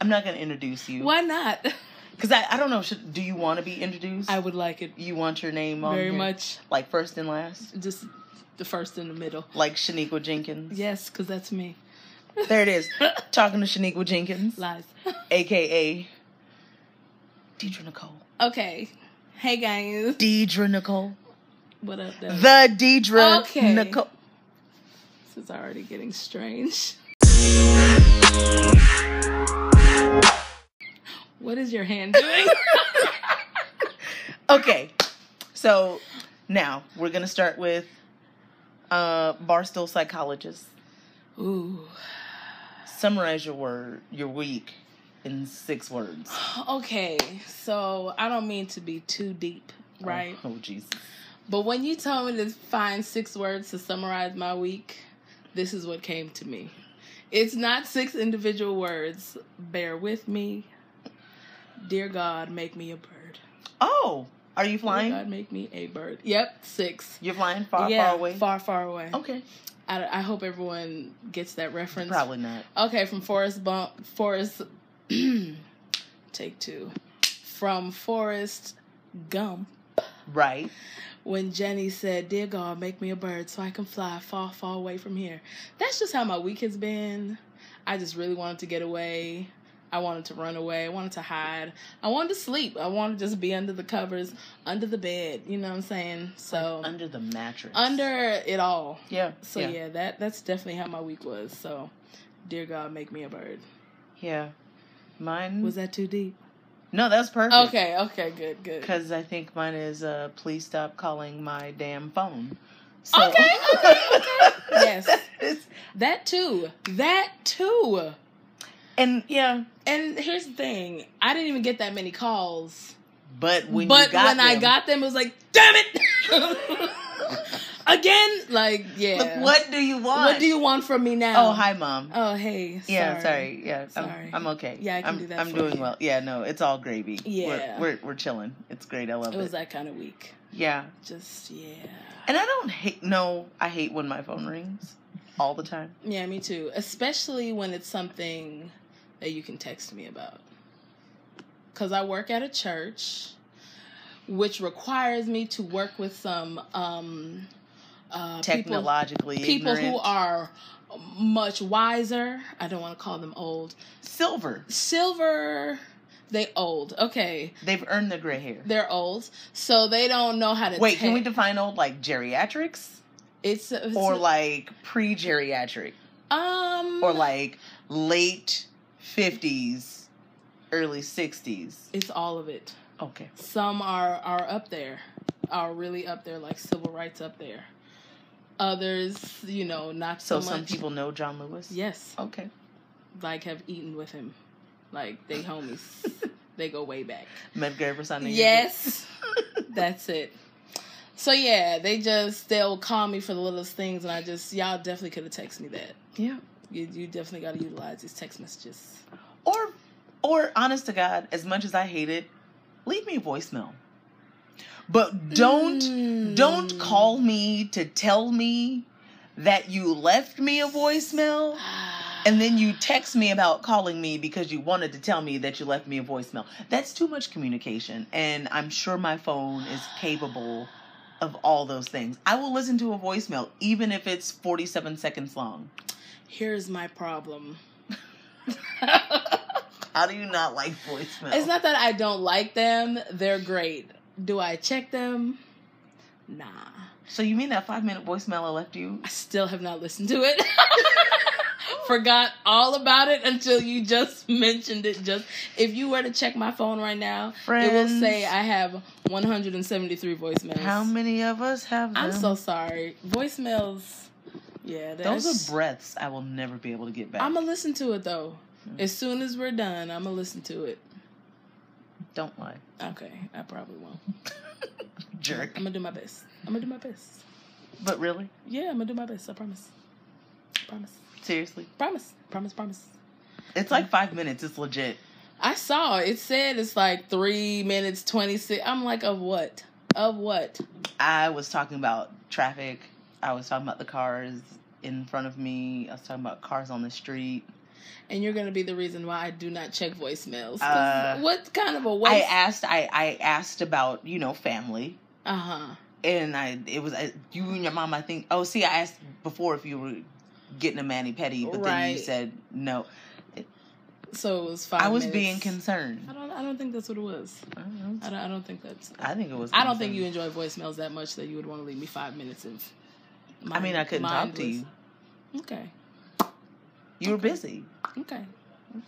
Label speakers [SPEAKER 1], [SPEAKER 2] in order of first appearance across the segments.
[SPEAKER 1] gonna introduce you
[SPEAKER 2] Why not?
[SPEAKER 1] because I, I don't know. Should, do you want to be introduced?
[SPEAKER 2] I would like it
[SPEAKER 1] you want your name on
[SPEAKER 2] very
[SPEAKER 1] here?
[SPEAKER 2] much.
[SPEAKER 1] like first and last,
[SPEAKER 2] Just the first in the middle.
[SPEAKER 1] like Shaniqua Jenkins.
[SPEAKER 2] Yes, because that's me.
[SPEAKER 1] There it is. Talking to Shaniqua Jenkins,
[SPEAKER 2] Lies.
[SPEAKER 1] aka Deidre Nicole.
[SPEAKER 2] okay. Hey guys.
[SPEAKER 1] Deidre Nicole.
[SPEAKER 2] What up, though?
[SPEAKER 1] The Deidre
[SPEAKER 2] Okay.
[SPEAKER 1] Nicole.
[SPEAKER 2] this is already getting strange. What is your hand doing?
[SPEAKER 1] Okay, so now we're gonna start with uh, Barstool psychologist.
[SPEAKER 2] Ooh.
[SPEAKER 1] Summarize your word, your week, in six words.
[SPEAKER 2] Okay, so I don't mean to be too deep, right?
[SPEAKER 1] Oh, oh, Jesus.
[SPEAKER 2] But when you told me to find six words to summarize my week, this is what came to me. It's not six individual words. Bear with me. Dear God, make me a bird.
[SPEAKER 1] Oh, are you
[SPEAKER 2] Dear
[SPEAKER 1] flying?
[SPEAKER 2] God, make me a bird. Yep, six.
[SPEAKER 1] You're flying far,
[SPEAKER 2] yeah,
[SPEAKER 1] far away. Oh.
[SPEAKER 2] Far, far away.
[SPEAKER 1] Okay.
[SPEAKER 2] I, I hope everyone gets that reference.
[SPEAKER 1] Probably not.
[SPEAKER 2] Okay, from Forrest Bump, Forrest, take two. From Forrest Gump,
[SPEAKER 1] Right.
[SPEAKER 2] when Jenny said, Dear God, make me a bird so I can fly far, far away from here. That's just how my week has been. I just really wanted to get away. I wanted to run away. I wanted to hide. I wanted to sleep. I wanted to just be under the covers, under the bed. You know what I'm saying? So,
[SPEAKER 1] Under the mattress.
[SPEAKER 2] under it all.
[SPEAKER 1] Yeah.
[SPEAKER 2] So yeah. that that's definitely how my week was. So, dear God, make me a bird.
[SPEAKER 1] Yeah. Mine
[SPEAKER 2] Was that too deep?
[SPEAKER 1] No, that's perfect.
[SPEAKER 2] Okay, okay, good, good.
[SPEAKER 1] Because I think mine is uh, please stop calling my damn phone.
[SPEAKER 2] Okay, okay, okay. Yes.
[SPEAKER 1] It's-
[SPEAKER 2] That too. That too.
[SPEAKER 1] and yeah,
[SPEAKER 2] And here's the thing: I didn't even get that many calls,
[SPEAKER 1] but when
[SPEAKER 2] but
[SPEAKER 1] you got
[SPEAKER 2] when I
[SPEAKER 1] them-
[SPEAKER 2] got them, it was like, damn it, again. Like, yeah.
[SPEAKER 1] Look, what do you want?
[SPEAKER 2] What do you want from me now?
[SPEAKER 1] Oh, hi, mom.
[SPEAKER 2] Oh, hey. Sorry.
[SPEAKER 1] yeah, sorry. Yeah,
[SPEAKER 2] Sorry.
[SPEAKER 1] I'm, I'm okay.
[SPEAKER 2] Yeah, I can
[SPEAKER 1] am
[SPEAKER 2] do that
[SPEAKER 1] I'm
[SPEAKER 2] for
[SPEAKER 1] doing
[SPEAKER 2] you.
[SPEAKER 1] well. Yeah, no, it's all gravy.
[SPEAKER 2] Yeah.
[SPEAKER 1] we're we're, we're chilling. It's great. I love
[SPEAKER 2] It
[SPEAKER 1] it.
[SPEAKER 2] was that kind of week.
[SPEAKER 1] yeah,
[SPEAKER 2] Just yeah.
[SPEAKER 1] and I don't hate. No, I hate when my phone rings all the time.
[SPEAKER 2] Yeah, me too. Especially when it's something that you can text me about. Because I work at a church, which requires me to work with some um, uh, people,
[SPEAKER 1] Technologically,
[SPEAKER 2] people who
[SPEAKER 1] ignorant.
[SPEAKER 2] are much wiser. I don't want to call them old.
[SPEAKER 1] silver.
[SPEAKER 2] Silver, they old. Okay,
[SPEAKER 1] They've earned their gray hair.
[SPEAKER 2] they're old. So they don't know how to.
[SPEAKER 1] Wait, can we
[SPEAKER 2] text.
[SPEAKER 1] define old like geriatrics
[SPEAKER 2] It's, it's
[SPEAKER 1] or like pre-geriatric
[SPEAKER 2] um
[SPEAKER 1] or like late fifties, early sixties?
[SPEAKER 2] it's all of it.
[SPEAKER 1] Okay.
[SPEAKER 2] some are are up there are really up there like civil rights up there others you know not
[SPEAKER 1] So
[SPEAKER 2] so,
[SPEAKER 1] some
[SPEAKER 2] much.
[SPEAKER 1] people know John Lewis.
[SPEAKER 2] yes
[SPEAKER 1] Okay.
[SPEAKER 2] like have eaten with him like they homies they go way back
[SPEAKER 1] Medgar Evers.
[SPEAKER 2] yes that's it so yeah they just they'll call me for the littlest things and i just y'all definitely could have texted me that
[SPEAKER 1] Yeah.
[SPEAKER 2] you, you definitely got to utilize these text messages
[SPEAKER 1] Or, or honest to God, as much as I hate it, leave me a voicemail. But don't don't
[SPEAKER 2] Mm.
[SPEAKER 1] call me to tell me that you left me a voicemail and then you text me about calling me because you wanted to tell me that you left me a voicemail. That's too much communication, and I'm sure my phone is capable of all those things. I will listen to a voicemail even if it's 47 seconds long.
[SPEAKER 2] here's my problem
[SPEAKER 1] How do you not like voicemail?
[SPEAKER 2] It's not that I don't like them. They're great. Do I check them? Nah.
[SPEAKER 1] So you mean that five minute voicemail I left you?
[SPEAKER 2] I still have not listened to it. Forgot all about it until you just mentioned it. Just if you were to check my phone right now, it will say I have 173 voicemails.
[SPEAKER 1] How many of us have them?
[SPEAKER 2] I'm so sorry. Voicemails. Yeah,
[SPEAKER 1] Those
[SPEAKER 2] that's-
[SPEAKER 1] are breaths I will never be able to get back.
[SPEAKER 2] I'ma listen to it though.
[SPEAKER 1] Mm.
[SPEAKER 2] As soon as we're done, I'ma listen to it.
[SPEAKER 1] Don't lie,
[SPEAKER 2] Okay, I probably won't.
[SPEAKER 1] jerk.
[SPEAKER 2] I'm gonna do my best. I'm gonna do my best.
[SPEAKER 1] But really,
[SPEAKER 2] Yeah, I'm gonna do my best. I promise. Promise.
[SPEAKER 1] seriously,
[SPEAKER 2] Promise. Promise. Promise.
[SPEAKER 1] it's like five minutes. It's legit.
[SPEAKER 2] I saw it said it's like three minutes twenty six. I'm like, of what? Of what?
[SPEAKER 1] I was talking about traffic. I was talking about the cars in front of me. I was talking about cars on the street.
[SPEAKER 2] and you're gonna be the reason why I do not check voicemails. 'Cause
[SPEAKER 1] Uh,
[SPEAKER 2] what kind of a
[SPEAKER 1] I
[SPEAKER 2] waste?
[SPEAKER 1] asked. I I asked about you know family,
[SPEAKER 2] Uh huh.
[SPEAKER 1] and I it was I, you and your mom. I think. Oh, see, I asked before if you were getting a mani pedi, but then you
[SPEAKER 2] Right.
[SPEAKER 1] said no.
[SPEAKER 2] So it was five.
[SPEAKER 1] I was
[SPEAKER 2] minutes.
[SPEAKER 1] being concerned.
[SPEAKER 2] I don't. I don't think that's what it was.
[SPEAKER 1] I don't
[SPEAKER 2] I
[SPEAKER 1] know.
[SPEAKER 2] don't. I don't think that's.
[SPEAKER 1] I think it was.
[SPEAKER 2] I don't think you
[SPEAKER 1] concerned.
[SPEAKER 2] enjoy voicemails that much that you would want to leave me five minutes of.
[SPEAKER 1] I mean, I couldn't talk to
[SPEAKER 2] mindless-
[SPEAKER 1] you.
[SPEAKER 2] Okay.
[SPEAKER 1] You were
[SPEAKER 2] Okay.
[SPEAKER 1] busy.
[SPEAKER 2] Okay.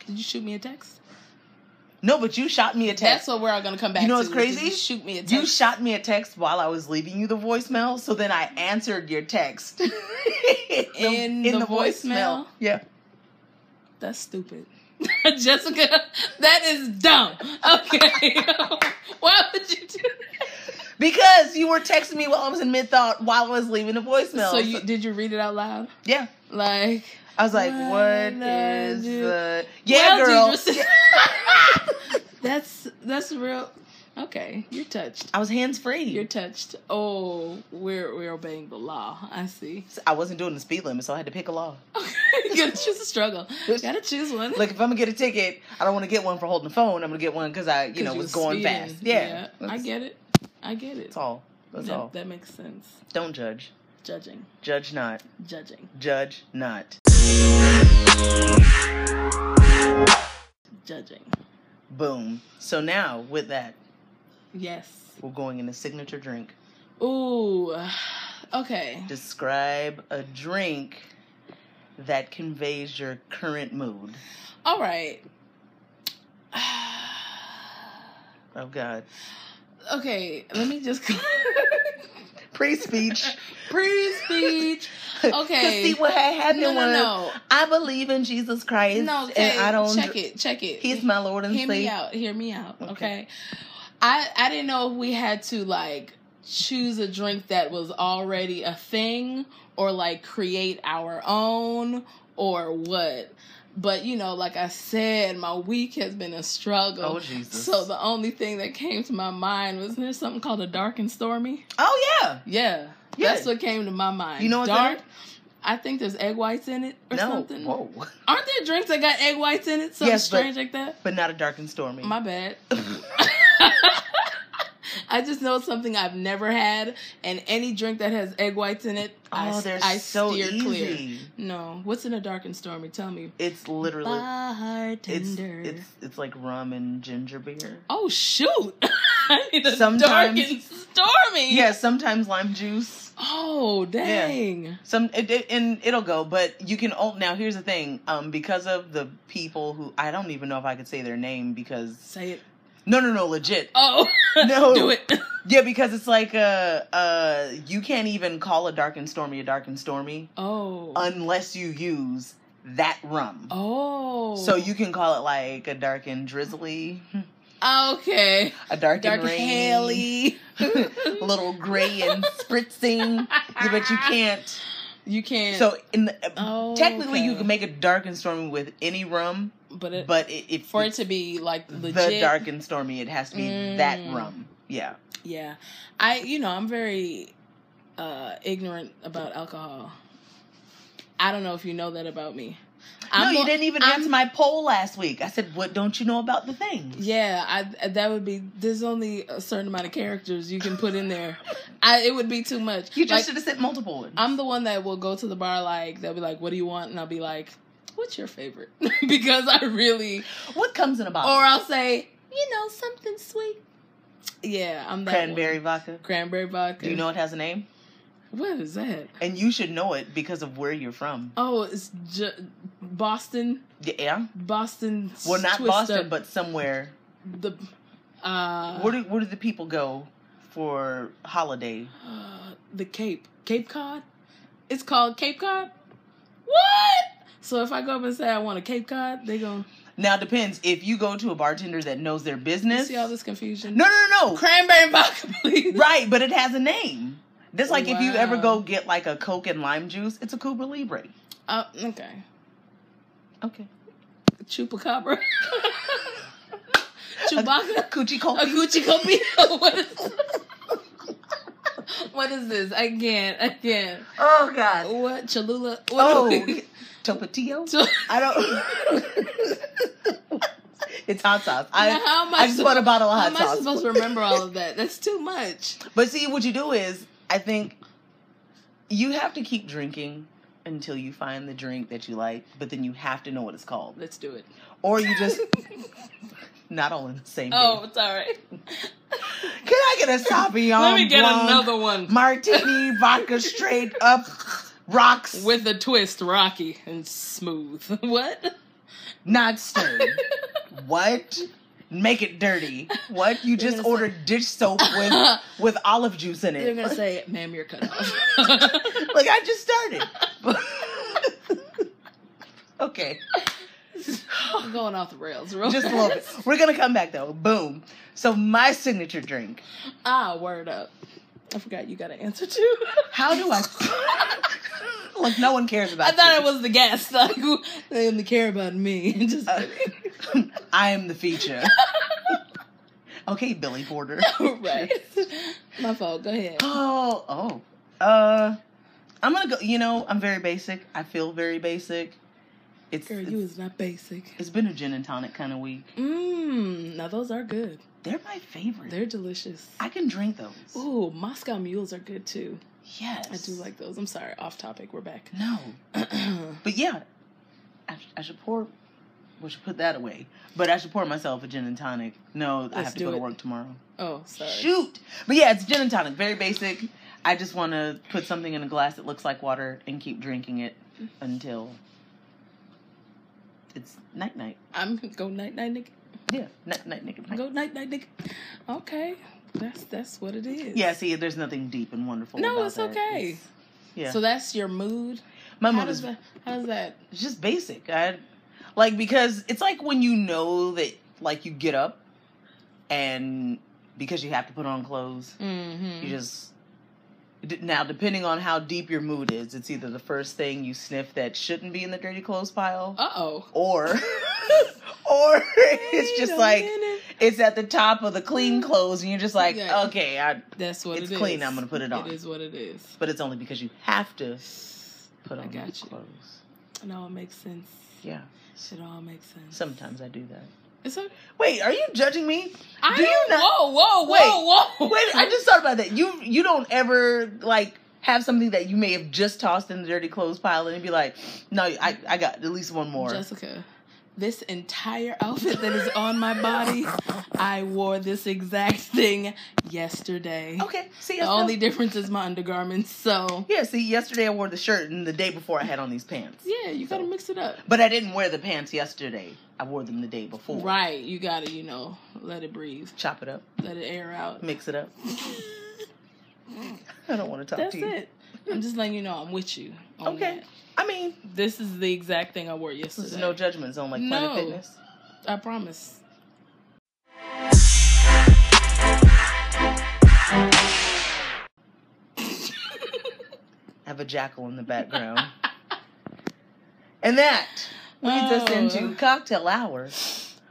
[SPEAKER 2] Did you shoot me a text?
[SPEAKER 1] No, but you shot me a text.
[SPEAKER 2] That's what we're all gonna come back.
[SPEAKER 1] You know what's
[SPEAKER 2] to, is did
[SPEAKER 1] crazy?
[SPEAKER 2] You shoot me a text.
[SPEAKER 1] You shot me a text while I was leaving you the voicemail, so then I answered your text in, the-
[SPEAKER 2] In the voicemail?
[SPEAKER 1] Yeah,
[SPEAKER 2] That's stupid. Jessica, that is dumb. Okay. Why would you do
[SPEAKER 1] because you were texting me while I was in mid thought while I was leaving the voicemail.
[SPEAKER 2] that? So you did you read it out loud?
[SPEAKER 1] yeah,
[SPEAKER 2] Like
[SPEAKER 1] I was like,
[SPEAKER 2] When
[SPEAKER 1] "What
[SPEAKER 2] I
[SPEAKER 1] is
[SPEAKER 2] do-
[SPEAKER 1] the yeah,
[SPEAKER 2] well,
[SPEAKER 1] girl?"
[SPEAKER 2] did you rece- that's that's real okay. You're touched.
[SPEAKER 1] I was hands free.
[SPEAKER 2] You're touched. Oh, we're we're obeying the law. I see.
[SPEAKER 1] I wasn't doing the speed limit, so I had to pick a law.
[SPEAKER 2] Okay. Gotta choose a struggle. Gotta choose one.
[SPEAKER 1] Look, if I'm gonna get a ticket, I don't want to get one for holding the phone. I'm gonna get one because I, you know,
[SPEAKER 2] 'Cause you
[SPEAKER 1] was going
[SPEAKER 2] speeding.
[SPEAKER 1] fast. Yeah,
[SPEAKER 2] I
[SPEAKER 1] That's-
[SPEAKER 2] get it. I get it.
[SPEAKER 1] That's all. That's
[SPEAKER 2] that,
[SPEAKER 1] all.
[SPEAKER 2] that makes sense.
[SPEAKER 1] Don't judge.
[SPEAKER 2] Judging.
[SPEAKER 1] Judge not.
[SPEAKER 2] Judging.
[SPEAKER 1] Judge not.
[SPEAKER 2] Judging.
[SPEAKER 1] Boom. So now with that,
[SPEAKER 2] Yes.
[SPEAKER 1] we're going into signature drink.
[SPEAKER 2] Ooh. Okay.
[SPEAKER 1] Describe a drink that conveys your current mood.
[SPEAKER 2] All right.
[SPEAKER 1] Oh God.
[SPEAKER 2] Okay, let me just
[SPEAKER 1] Pre speech.
[SPEAKER 2] pre-speech. Okay.
[SPEAKER 1] see what had happened
[SPEAKER 2] No, no,
[SPEAKER 1] was
[SPEAKER 2] no,
[SPEAKER 1] I believe in Jesus Christ.
[SPEAKER 2] no.
[SPEAKER 1] and I don't
[SPEAKER 2] check it. Check it.
[SPEAKER 1] He's my Lord and
[SPEAKER 2] hear me
[SPEAKER 1] Savior.
[SPEAKER 2] out. Hear me out.
[SPEAKER 1] Okay.
[SPEAKER 2] Okay. I I didn't know if we had to like choose a drink that was already a thing or like create our own or what. But you know, like I said, my week has been a struggle.
[SPEAKER 1] Oh Jesus.
[SPEAKER 2] So the only thing that came to my mind was there something called a dark and stormy.
[SPEAKER 1] oh yeah.
[SPEAKER 2] Yeah,
[SPEAKER 1] Yeah.
[SPEAKER 2] that's what came to my mind.
[SPEAKER 1] You know what's in
[SPEAKER 2] dark?
[SPEAKER 1] it?
[SPEAKER 2] I think there's egg whites in it or
[SPEAKER 1] no.
[SPEAKER 2] something.
[SPEAKER 1] Whoa.
[SPEAKER 2] Aren't there drinks that got egg whites in it? Something
[SPEAKER 1] Yes, but-
[SPEAKER 2] strange like that.
[SPEAKER 1] But not a dark and stormy.
[SPEAKER 2] My bad. I just know it's something I've never had, and any drink that has egg whites in it,
[SPEAKER 1] oh,
[SPEAKER 2] I,
[SPEAKER 1] they're
[SPEAKER 2] I
[SPEAKER 1] so
[SPEAKER 2] steer
[SPEAKER 1] easy.
[SPEAKER 2] clear. No, what's in a dark and stormy? Tell me.
[SPEAKER 1] It's literally it's
[SPEAKER 2] Bartender.
[SPEAKER 1] it's it's like rum and ginger beer.
[SPEAKER 2] Oh shoot! I need a
[SPEAKER 1] Sometimes-
[SPEAKER 2] dark and stormy.
[SPEAKER 1] Yeah, sometimes lime juice.
[SPEAKER 2] Oh dang.
[SPEAKER 1] Some it, it- and it'll go, but you can all now. Here's the thing, um, because of the people who I don't even know if I could say their name because
[SPEAKER 2] Say it.
[SPEAKER 1] no, no, no, legit,
[SPEAKER 2] Oh
[SPEAKER 1] no,
[SPEAKER 2] do it.
[SPEAKER 1] yeah, because it's like uh, uh, you can't even call a dark and stormy a dark and stormy
[SPEAKER 2] Oh.
[SPEAKER 1] unless you use that rum.
[SPEAKER 2] oh.
[SPEAKER 1] So you can call it like a dark and drizzly,
[SPEAKER 2] Okay.
[SPEAKER 1] a dark,
[SPEAKER 2] Dark
[SPEAKER 1] and rain,
[SPEAKER 2] Haley.
[SPEAKER 1] a little gray and spritzing, Yeah, but you can't.
[SPEAKER 2] You can't.
[SPEAKER 1] So in the,
[SPEAKER 2] Ah. oh,
[SPEAKER 1] Technically, you
[SPEAKER 2] okay.
[SPEAKER 1] can make a dark and stormy with any rum,
[SPEAKER 2] But it.
[SPEAKER 1] but it, if
[SPEAKER 2] for it
[SPEAKER 1] it's
[SPEAKER 2] to be like legit,
[SPEAKER 1] the dark and stormy, it has to be that
[SPEAKER 2] Mm.
[SPEAKER 1] rum. Yeah,
[SPEAKER 2] yeah i you know i'm very uh ignorant about alcohol i don't know if you know that about me I'm
[SPEAKER 1] no, you
[SPEAKER 2] a-
[SPEAKER 1] didn't even
[SPEAKER 2] I'm-
[SPEAKER 1] answer my poll last week. I said, "What don't you know about the thing?"
[SPEAKER 2] yeah i that would be there's only a certain amount of characters you can put in there i it would be too much
[SPEAKER 1] You just
[SPEAKER 2] Like,
[SPEAKER 1] should have said multiple. ones.
[SPEAKER 2] i'm the one that will go to the bar like they'll be like what do you want and i'll be like what's your favorite because i really
[SPEAKER 1] what comes in a bottle?
[SPEAKER 2] or i'll say you know something sweet yeah i'm that one.
[SPEAKER 1] cranberry vodka.
[SPEAKER 2] cranberry vodka
[SPEAKER 1] Do you know it has a name?
[SPEAKER 2] what is that
[SPEAKER 1] And you should know it because of where you're from.
[SPEAKER 2] Oh, it's J- Boston.
[SPEAKER 1] Yeah.
[SPEAKER 2] Boston.
[SPEAKER 1] Well, not
[SPEAKER 2] twist
[SPEAKER 1] Boston,
[SPEAKER 2] up.
[SPEAKER 1] but somewhere.
[SPEAKER 2] the. Uh,
[SPEAKER 1] Where do where do the people go for holiday?
[SPEAKER 2] uh, the Cape, Cape Cod. It's called Cape Cod. What? So if I go up and say I want a Cape Cod, they go.
[SPEAKER 1] Now it depends if you go to a bartender that knows their
[SPEAKER 2] You
[SPEAKER 1] business.
[SPEAKER 2] see all this confusion?
[SPEAKER 1] No, no, no, no.
[SPEAKER 2] Cranberry vodka, please.
[SPEAKER 1] Right, but it has a name. That's like if you ever
[SPEAKER 2] Wow.
[SPEAKER 1] go get like a Coke and lime juice, it's a Cuba Libre.
[SPEAKER 2] Uh, okay.
[SPEAKER 1] Okay.
[SPEAKER 2] Chupacabra.
[SPEAKER 1] A
[SPEAKER 2] Chewbacca.
[SPEAKER 1] Coochie
[SPEAKER 2] A
[SPEAKER 1] Coke.
[SPEAKER 2] Gucci copy. what is? What is this? Again, again.
[SPEAKER 1] Oh, God.
[SPEAKER 2] What Cholula? What
[SPEAKER 1] Oh,
[SPEAKER 2] are we-
[SPEAKER 1] Topatillo?
[SPEAKER 2] So-
[SPEAKER 1] I don't. it's hot sauce.
[SPEAKER 2] Now,
[SPEAKER 1] I,
[SPEAKER 2] how am I
[SPEAKER 1] I just bought a bottle of
[SPEAKER 2] How
[SPEAKER 1] hot
[SPEAKER 2] am I
[SPEAKER 1] sauce.
[SPEAKER 2] supposed to remember all of that? That's too much.
[SPEAKER 1] But see, what you do is, I think you have to keep drinking until you find the drink that you like, but then you have to know what it's called.
[SPEAKER 2] Let's do it.
[SPEAKER 1] Or you just, not all in the same
[SPEAKER 2] oh,
[SPEAKER 1] day.
[SPEAKER 2] it's all right.
[SPEAKER 1] Can I get a Sauvignon
[SPEAKER 2] Let me get
[SPEAKER 1] Blanc,
[SPEAKER 2] another one
[SPEAKER 1] Martini vodka straight up rocks,
[SPEAKER 2] with a twist, rocky and smooth. What?
[SPEAKER 1] not stirred. what? Make it dirty. What? You
[SPEAKER 2] They're
[SPEAKER 1] just
[SPEAKER 2] gonna say-
[SPEAKER 1] ordered dish soap with
[SPEAKER 2] They're
[SPEAKER 1] with olive juice in it.
[SPEAKER 2] gonna say, "Ma'am, you're cut off."
[SPEAKER 1] like I just started. okay,
[SPEAKER 2] I'm going off the rails, real
[SPEAKER 1] just a
[SPEAKER 2] fast.
[SPEAKER 1] little bit. We're gonna come back though. Boom. So my signature drink.
[SPEAKER 2] Ah, word up. I forgot you got an answer too.
[SPEAKER 1] How do I? Look, no one cares about.
[SPEAKER 2] I thought it was the guest. Like, who- they didn't care about me. Just kidding.
[SPEAKER 1] it was. Uh, I am the feature. okay, Billy Porter.
[SPEAKER 2] right. My fault. Go ahead.
[SPEAKER 1] Oh, oh. Uh, I'm gonna go. You know, I'm very basic. I feel very basic. It's
[SPEAKER 2] Girl,
[SPEAKER 1] it's,
[SPEAKER 2] you is not basic.
[SPEAKER 1] it's been a gin and tonic kind of week.
[SPEAKER 2] Mmm. Now those are good.
[SPEAKER 1] They're my favorite.
[SPEAKER 2] They're delicious.
[SPEAKER 1] I can drink those.
[SPEAKER 2] Ooh, Moscow mules are good too.
[SPEAKER 1] Yes,
[SPEAKER 2] I do like those. I'm sorry, off topic. We're back.
[SPEAKER 1] No, but yeah, I, sh- I should pour. We should put that away. But I should pour myself a gin and tonic. No, I
[SPEAKER 2] Let's
[SPEAKER 1] have to
[SPEAKER 2] do
[SPEAKER 1] go to
[SPEAKER 2] it.
[SPEAKER 1] work tomorrow.
[SPEAKER 2] oh, sorry.
[SPEAKER 1] Shoot. But yeah, it's gin and tonic. Very basic. I just want to put something in a glass that looks like water and keep drinking it until it's night night.
[SPEAKER 2] I'm go night night nigga.
[SPEAKER 1] Yeah, night night night. night.
[SPEAKER 2] Go night night nigga. Okay, that's that's what it is.
[SPEAKER 1] Yeah, see, there's nothing deep and wonderful.
[SPEAKER 2] No,
[SPEAKER 1] about
[SPEAKER 2] it's
[SPEAKER 1] that.
[SPEAKER 2] okay.
[SPEAKER 1] It's- yeah,
[SPEAKER 2] So that's your mood.
[SPEAKER 1] my
[SPEAKER 2] how
[SPEAKER 1] mood
[SPEAKER 2] does
[SPEAKER 1] is
[SPEAKER 2] that? How does that?
[SPEAKER 1] it's just basic. I like because it's like when you know that like you get up and because you have to put on clothes,
[SPEAKER 2] Mm-hmm.
[SPEAKER 1] you just d- now depending on how deep your mood is, it's either the first thing you sniff that shouldn't be in the dirty clothes pile
[SPEAKER 2] Uh oh.
[SPEAKER 1] or or it's just like it's at the top of the clean clothes and you're just like,
[SPEAKER 2] Mm-hmm. Yeah.
[SPEAKER 1] okay, I,
[SPEAKER 2] that's what
[SPEAKER 1] it's
[SPEAKER 2] it is.
[SPEAKER 1] clean, I'm gonna put it on.
[SPEAKER 2] It is what it is.
[SPEAKER 1] but it's only because you have to put
[SPEAKER 2] I
[SPEAKER 1] on
[SPEAKER 2] got
[SPEAKER 1] clothes.
[SPEAKER 2] you. It all makes sense.
[SPEAKER 1] Yeah.
[SPEAKER 2] It all makes sense.
[SPEAKER 1] Sometimes I do that.
[SPEAKER 2] It's okay.
[SPEAKER 1] Wait, are you judging me?
[SPEAKER 2] I
[SPEAKER 1] Do you
[SPEAKER 2] don't-
[SPEAKER 1] not-
[SPEAKER 2] Whoa, whoa,
[SPEAKER 1] Wait.
[SPEAKER 2] whoa, whoa.
[SPEAKER 1] Wait, I just thought about that. You you don't ever like have something that you may have just tossed in the dirty clothes pile and be like, no, I I got at least one more.
[SPEAKER 2] Jessica, this entire outfit that is on my body, I wore this exact thing yesterday.
[SPEAKER 1] okay, see,
[SPEAKER 2] The
[SPEAKER 1] I
[SPEAKER 2] only
[SPEAKER 1] only
[SPEAKER 2] difference is my undergarments, so
[SPEAKER 1] yeah. See, yesterday I wore the shirt, and the day before I had on these pants.
[SPEAKER 2] yeah, you gotta
[SPEAKER 1] So-
[SPEAKER 2] mix it up.
[SPEAKER 1] But I didn't wear the pants yesterday. I wore them the day before.
[SPEAKER 2] Right, you gotta, you know, let it breathe,
[SPEAKER 1] Chop it up,
[SPEAKER 2] let it air out.
[SPEAKER 1] mix it up. I don't want to talk
[SPEAKER 2] That's
[SPEAKER 1] to you.
[SPEAKER 2] it. I'm just letting you know I'm with you. on
[SPEAKER 1] Okay.
[SPEAKER 2] that.
[SPEAKER 1] I mean,
[SPEAKER 2] This is the exact thing I wore
[SPEAKER 1] this is
[SPEAKER 2] yesterday.
[SPEAKER 1] no judgment zone like
[SPEAKER 2] No.
[SPEAKER 1] Planet Fitness.
[SPEAKER 2] I promise.
[SPEAKER 1] I have a jackal in the background. and that leads us
[SPEAKER 2] Oh.
[SPEAKER 1] into cocktail hour.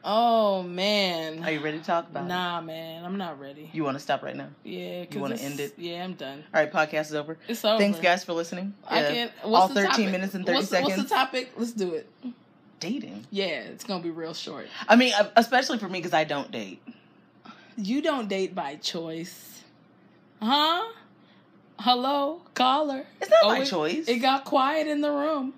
[SPEAKER 2] Oh
[SPEAKER 1] Are
[SPEAKER 2] man.
[SPEAKER 1] you ready to talk about it?
[SPEAKER 2] Nah, man, I'm not ready.
[SPEAKER 1] You want to stop right now?
[SPEAKER 2] yeah, 'cause
[SPEAKER 1] wanna
[SPEAKER 2] it's-
[SPEAKER 1] end it?
[SPEAKER 2] Yeah, I'm done.
[SPEAKER 1] All right, podcast is over.
[SPEAKER 2] It's over.
[SPEAKER 1] Thanks, guys, for listening.
[SPEAKER 2] I
[SPEAKER 1] Yeah.
[SPEAKER 2] can't. What's
[SPEAKER 1] All
[SPEAKER 2] the
[SPEAKER 1] 13
[SPEAKER 2] topic?
[SPEAKER 1] minutes and 30
[SPEAKER 2] what's,
[SPEAKER 1] seconds.
[SPEAKER 2] What's the topic? Let's do it.
[SPEAKER 1] Dating.
[SPEAKER 2] Yeah, it's gonna be real short.
[SPEAKER 1] I mean, uh, especially for me because I don't date.
[SPEAKER 2] You don't date by choice, huh? Hello, caller.
[SPEAKER 1] It's not
[SPEAKER 2] Oh,
[SPEAKER 1] my
[SPEAKER 2] it-
[SPEAKER 1] choice.
[SPEAKER 2] It got quiet in the room.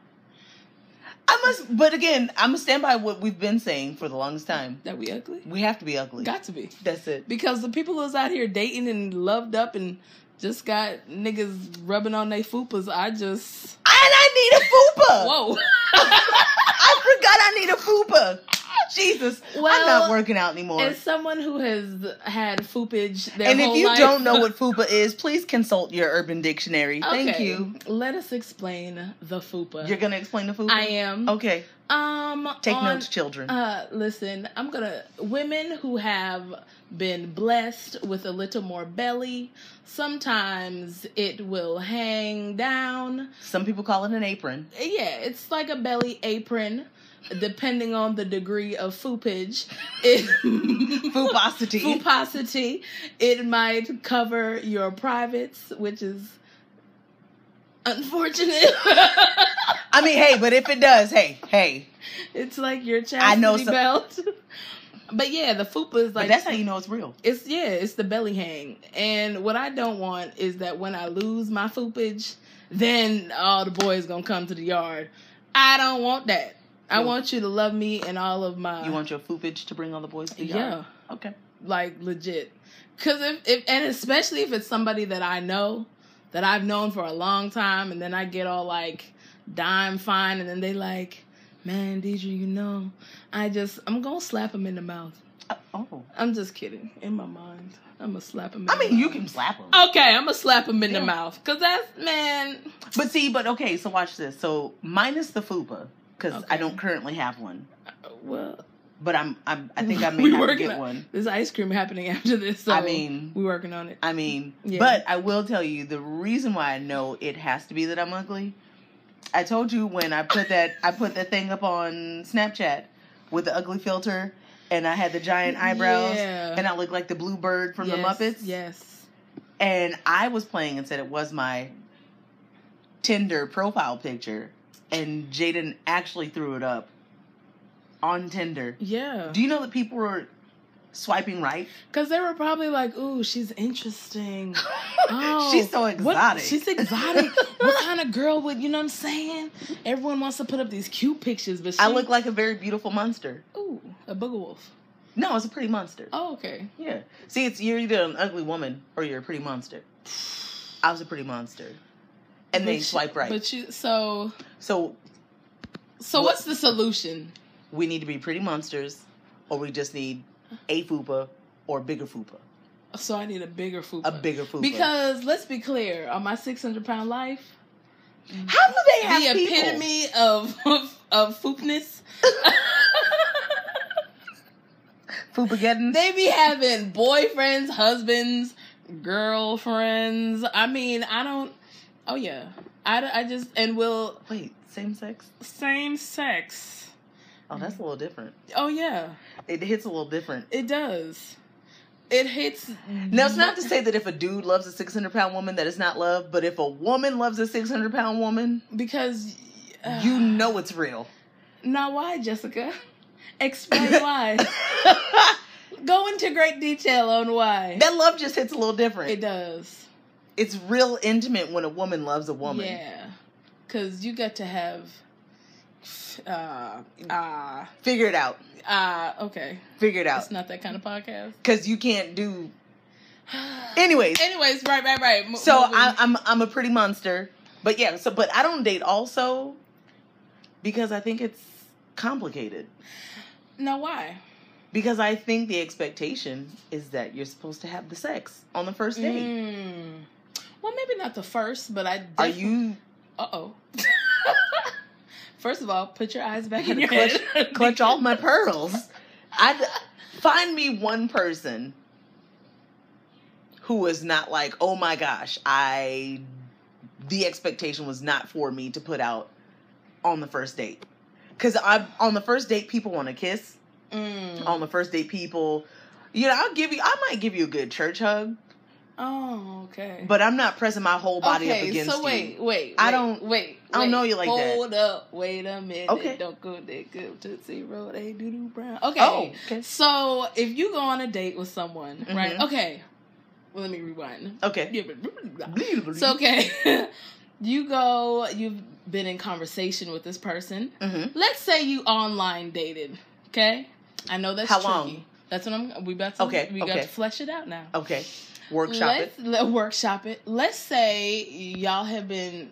[SPEAKER 1] I must, but again, I'm going to stand by what we've been saying for the longest time.
[SPEAKER 2] That we ugly?
[SPEAKER 1] We have to be ugly.
[SPEAKER 2] Got to be
[SPEAKER 1] That's it.
[SPEAKER 2] because the people who's out here dating and loved up and just got niggas rubbing on their fupas. I just
[SPEAKER 1] And I need a fupa.
[SPEAKER 2] whoa.
[SPEAKER 1] I forgot I need a fupa. Jesus. I'm not
[SPEAKER 2] Well,
[SPEAKER 1] working out anymore.
[SPEAKER 2] As someone who has had foopage their
[SPEAKER 1] and if
[SPEAKER 2] whole
[SPEAKER 1] you
[SPEAKER 2] life-
[SPEAKER 1] don't know what fupa is, please consult your urban dictionary. Thank
[SPEAKER 2] Okay,
[SPEAKER 1] you.
[SPEAKER 2] Let us explain the fupa.
[SPEAKER 1] You're gonna explain the fupa.
[SPEAKER 2] I am.
[SPEAKER 1] Okay.
[SPEAKER 2] Um,
[SPEAKER 1] Take
[SPEAKER 2] on-
[SPEAKER 1] notes, children.
[SPEAKER 2] Uh, listen, I'm gonna women who have been blessed with a little more belly. Sometimes it will hang down.
[SPEAKER 1] Some people call it an apron.
[SPEAKER 2] Yeah, it's like a belly apron, depending on the degree of foopage. It-
[SPEAKER 1] Fupacity.
[SPEAKER 2] Pupacity. It might cover your privates, which is Unfortunate.
[SPEAKER 1] I mean, hey, but if it does, hey, hey.
[SPEAKER 2] it's like your chastity
[SPEAKER 1] I know some-
[SPEAKER 2] belt. but yeah, the fupa is
[SPEAKER 1] But
[SPEAKER 2] like
[SPEAKER 1] that's how you know it's real.
[SPEAKER 2] It's yeah, it's the belly hang. And what I don't want is that when I lose my foopage, then all the boys gonna come to the yard. I don't want that. I
[SPEAKER 1] You-
[SPEAKER 2] want you to love me and all of my
[SPEAKER 1] You want your foopage to bring all the boys to the yard?
[SPEAKER 2] yeah,
[SPEAKER 1] Okay.
[SPEAKER 2] like legit. Cause if, if and especially if it's somebody that I know that I've known for a long time, and then I get all like dime fine, and then they like, man, Deidre, you know, I just I'm gonna slap him in the mouth.
[SPEAKER 1] Uh, Oh.
[SPEAKER 2] I'm just kidding. In my mind, I'm gonna slap him. In
[SPEAKER 1] I
[SPEAKER 2] the
[SPEAKER 1] mean, you
[SPEAKER 2] mouth.
[SPEAKER 1] can slap them.
[SPEAKER 2] Okay, I'm gonna slap him in
[SPEAKER 1] Yeah.
[SPEAKER 2] the mouth because that's man.
[SPEAKER 1] But see, but okay, so watch this. So minus the fupa, because I
[SPEAKER 2] Okay.
[SPEAKER 1] don't currently have one,
[SPEAKER 2] Well,
[SPEAKER 1] but I'm, I'm I think I may
[SPEAKER 2] We
[SPEAKER 1] have to
[SPEAKER 2] working
[SPEAKER 1] get
[SPEAKER 2] on-
[SPEAKER 1] one.
[SPEAKER 2] there's ice cream happening after this. So
[SPEAKER 1] I mean,
[SPEAKER 2] we working on it.
[SPEAKER 1] I mean,
[SPEAKER 2] Yeah.
[SPEAKER 1] but I will tell you the reason why I know it has to be that I'm ugly. I told you when I put that I put that thing up on Snapchat with the ugly filter, and I had the giant eyebrows,
[SPEAKER 2] Yeah.
[SPEAKER 1] and I looked like the blue bird from
[SPEAKER 2] Yes,
[SPEAKER 1] the Muppets.
[SPEAKER 2] Yes.
[SPEAKER 1] And I was playing and said it was my Tinder profile picture. And Jaden actually threw it up on Tinder.
[SPEAKER 2] Yeah.
[SPEAKER 1] Do you know that people were swiping right?
[SPEAKER 2] Because they were probably like, "Ooh, she's interesting. Oh,
[SPEAKER 1] she's so
[SPEAKER 2] what-
[SPEAKER 1] exotic.
[SPEAKER 2] she's exotic. what kind of girl would you know? what I'm saying everyone wants to put up these cute pictures, but she,
[SPEAKER 1] I look like a very beautiful monster.
[SPEAKER 2] ooh a booger wolf.
[SPEAKER 1] No, it's a pretty monster.
[SPEAKER 2] Oh, okay.
[SPEAKER 1] Yeah. See, it's you're either an ugly woman or you're a pretty monster. I was a pretty monster. And
[SPEAKER 2] But
[SPEAKER 1] they
[SPEAKER 2] you-
[SPEAKER 1] swipe right.
[SPEAKER 2] But you so
[SPEAKER 1] so
[SPEAKER 2] so.
[SPEAKER 1] What-
[SPEAKER 2] What's the solution?
[SPEAKER 1] we need to be pretty monsters or we just need a fupa or bigger fupa.
[SPEAKER 2] So I need a bigger fupa.
[SPEAKER 1] A bigger fupa.
[SPEAKER 2] Because let's be clear, on my six hundred pound life,
[SPEAKER 1] How do they have
[SPEAKER 2] the
[SPEAKER 1] people?
[SPEAKER 2] epitome of of, of foopness.
[SPEAKER 1] Fupageddon?
[SPEAKER 2] they be having boyfriends, husbands, girlfriends. I mean, I don't. Oh yeah, I, d- I just and will
[SPEAKER 1] Wait, same sex?
[SPEAKER 2] same sex.
[SPEAKER 1] Oh, that's a little different.
[SPEAKER 2] Oh yeah,
[SPEAKER 1] It hits a little different.
[SPEAKER 2] it does. It hits.
[SPEAKER 1] Now, it's not to say that if a dude loves a 600 pound woman, that it's not love, but if a woman loves a 600 pound woman,
[SPEAKER 2] because
[SPEAKER 1] you know it's real.
[SPEAKER 2] Now why, Jessica? Explain why. Go into great detail on why.
[SPEAKER 1] that love just hits a little different.
[SPEAKER 2] It does.
[SPEAKER 1] it's real intimate when a woman loves a woman.
[SPEAKER 2] Yeah. Cause you got to have uh uh
[SPEAKER 1] Figure it out.
[SPEAKER 2] uh okay.
[SPEAKER 1] Figure it out.
[SPEAKER 2] It's not that kind of podcast.
[SPEAKER 1] Because you can't do. Anyways,
[SPEAKER 2] Anyways, right, right, right. Mo-
[SPEAKER 1] so
[SPEAKER 2] moving.
[SPEAKER 1] I, I'm I'm a pretty monster, but yeah. So but I don't date also because I think it's complicated.
[SPEAKER 2] now why?
[SPEAKER 1] Because I think the expectation is that you're supposed to have the sex on the first date.
[SPEAKER 2] Mm. Well, maybe not the first, but I.
[SPEAKER 1] Are you
[SPEAKER 2] Uh oh. first of all, put your eyes back in your
[SPEAKER 1] Clutch-
[SPEAKER 2] head.
[SPEAKER 1] clutch all my pearls? I find me one person who was not like, oh my gosh, I the expectation was not for me to put out on the first date. Because I on the first date people want to kiss.
[SPEAKER 2] Mm.
[SPEAKER 1] on the first date people you know i'll give you i might give you a good church hug
[SPEAKER 2] Oh, okay.
[SPEAKER 1] but i'm not pressing my whole body
[SPEAKER 2] okay,
[SPEAKER 1] up against
[SPEAKER 2] so wait,
[SPEAKER 1] you
[SPEAKER 2] wait, wait.
[SPEAKER 1] I don't-
[SPEAKER 2] wait.
[SPEAKER 1] I don't
[SPEAKER 2] wait.
[SPEAKER 1] know you like
[SPEAKER 2] Hold
[SPEAKER 1] that.
[SPEAKER 2] up, wait a minute.
[SPEAKER 1] Okay.
[SPEAKER 2] Don't go that good to zero. They doo doo brown. Okay.
[SPEAKER 1] oh okay
[SPEAKER 2] So if you go on a date with someone, right?
[SPEAKER 1] Mhm.
[SPEAKER 2] Okay. Well, let me rewind.
[SPEAKER 1] Oh, okay
[SPEAKER 2] Yeah, but- So okay, you go. You've been in conversation with this person.
[SPEAKER 1] Mhm.
[SPEAKER 2] Let's say you online dated. Okay. I know that's
[SPEAKER 1] How
[SPEAKER 2] tricky.
[SPEAKER 1] long?
[SPEAKER 2] That's what I'm. We about to.
[SPEAKER 1] Okay,
[SPEAKER 2] We
[SPEAKER 1] okay.
[SPEAKER 2] got to flesh it out now
[SPEAKER 1] okay workshop it
[SPEAKER 2] let's, Let, workshop it. Let's say y'all have been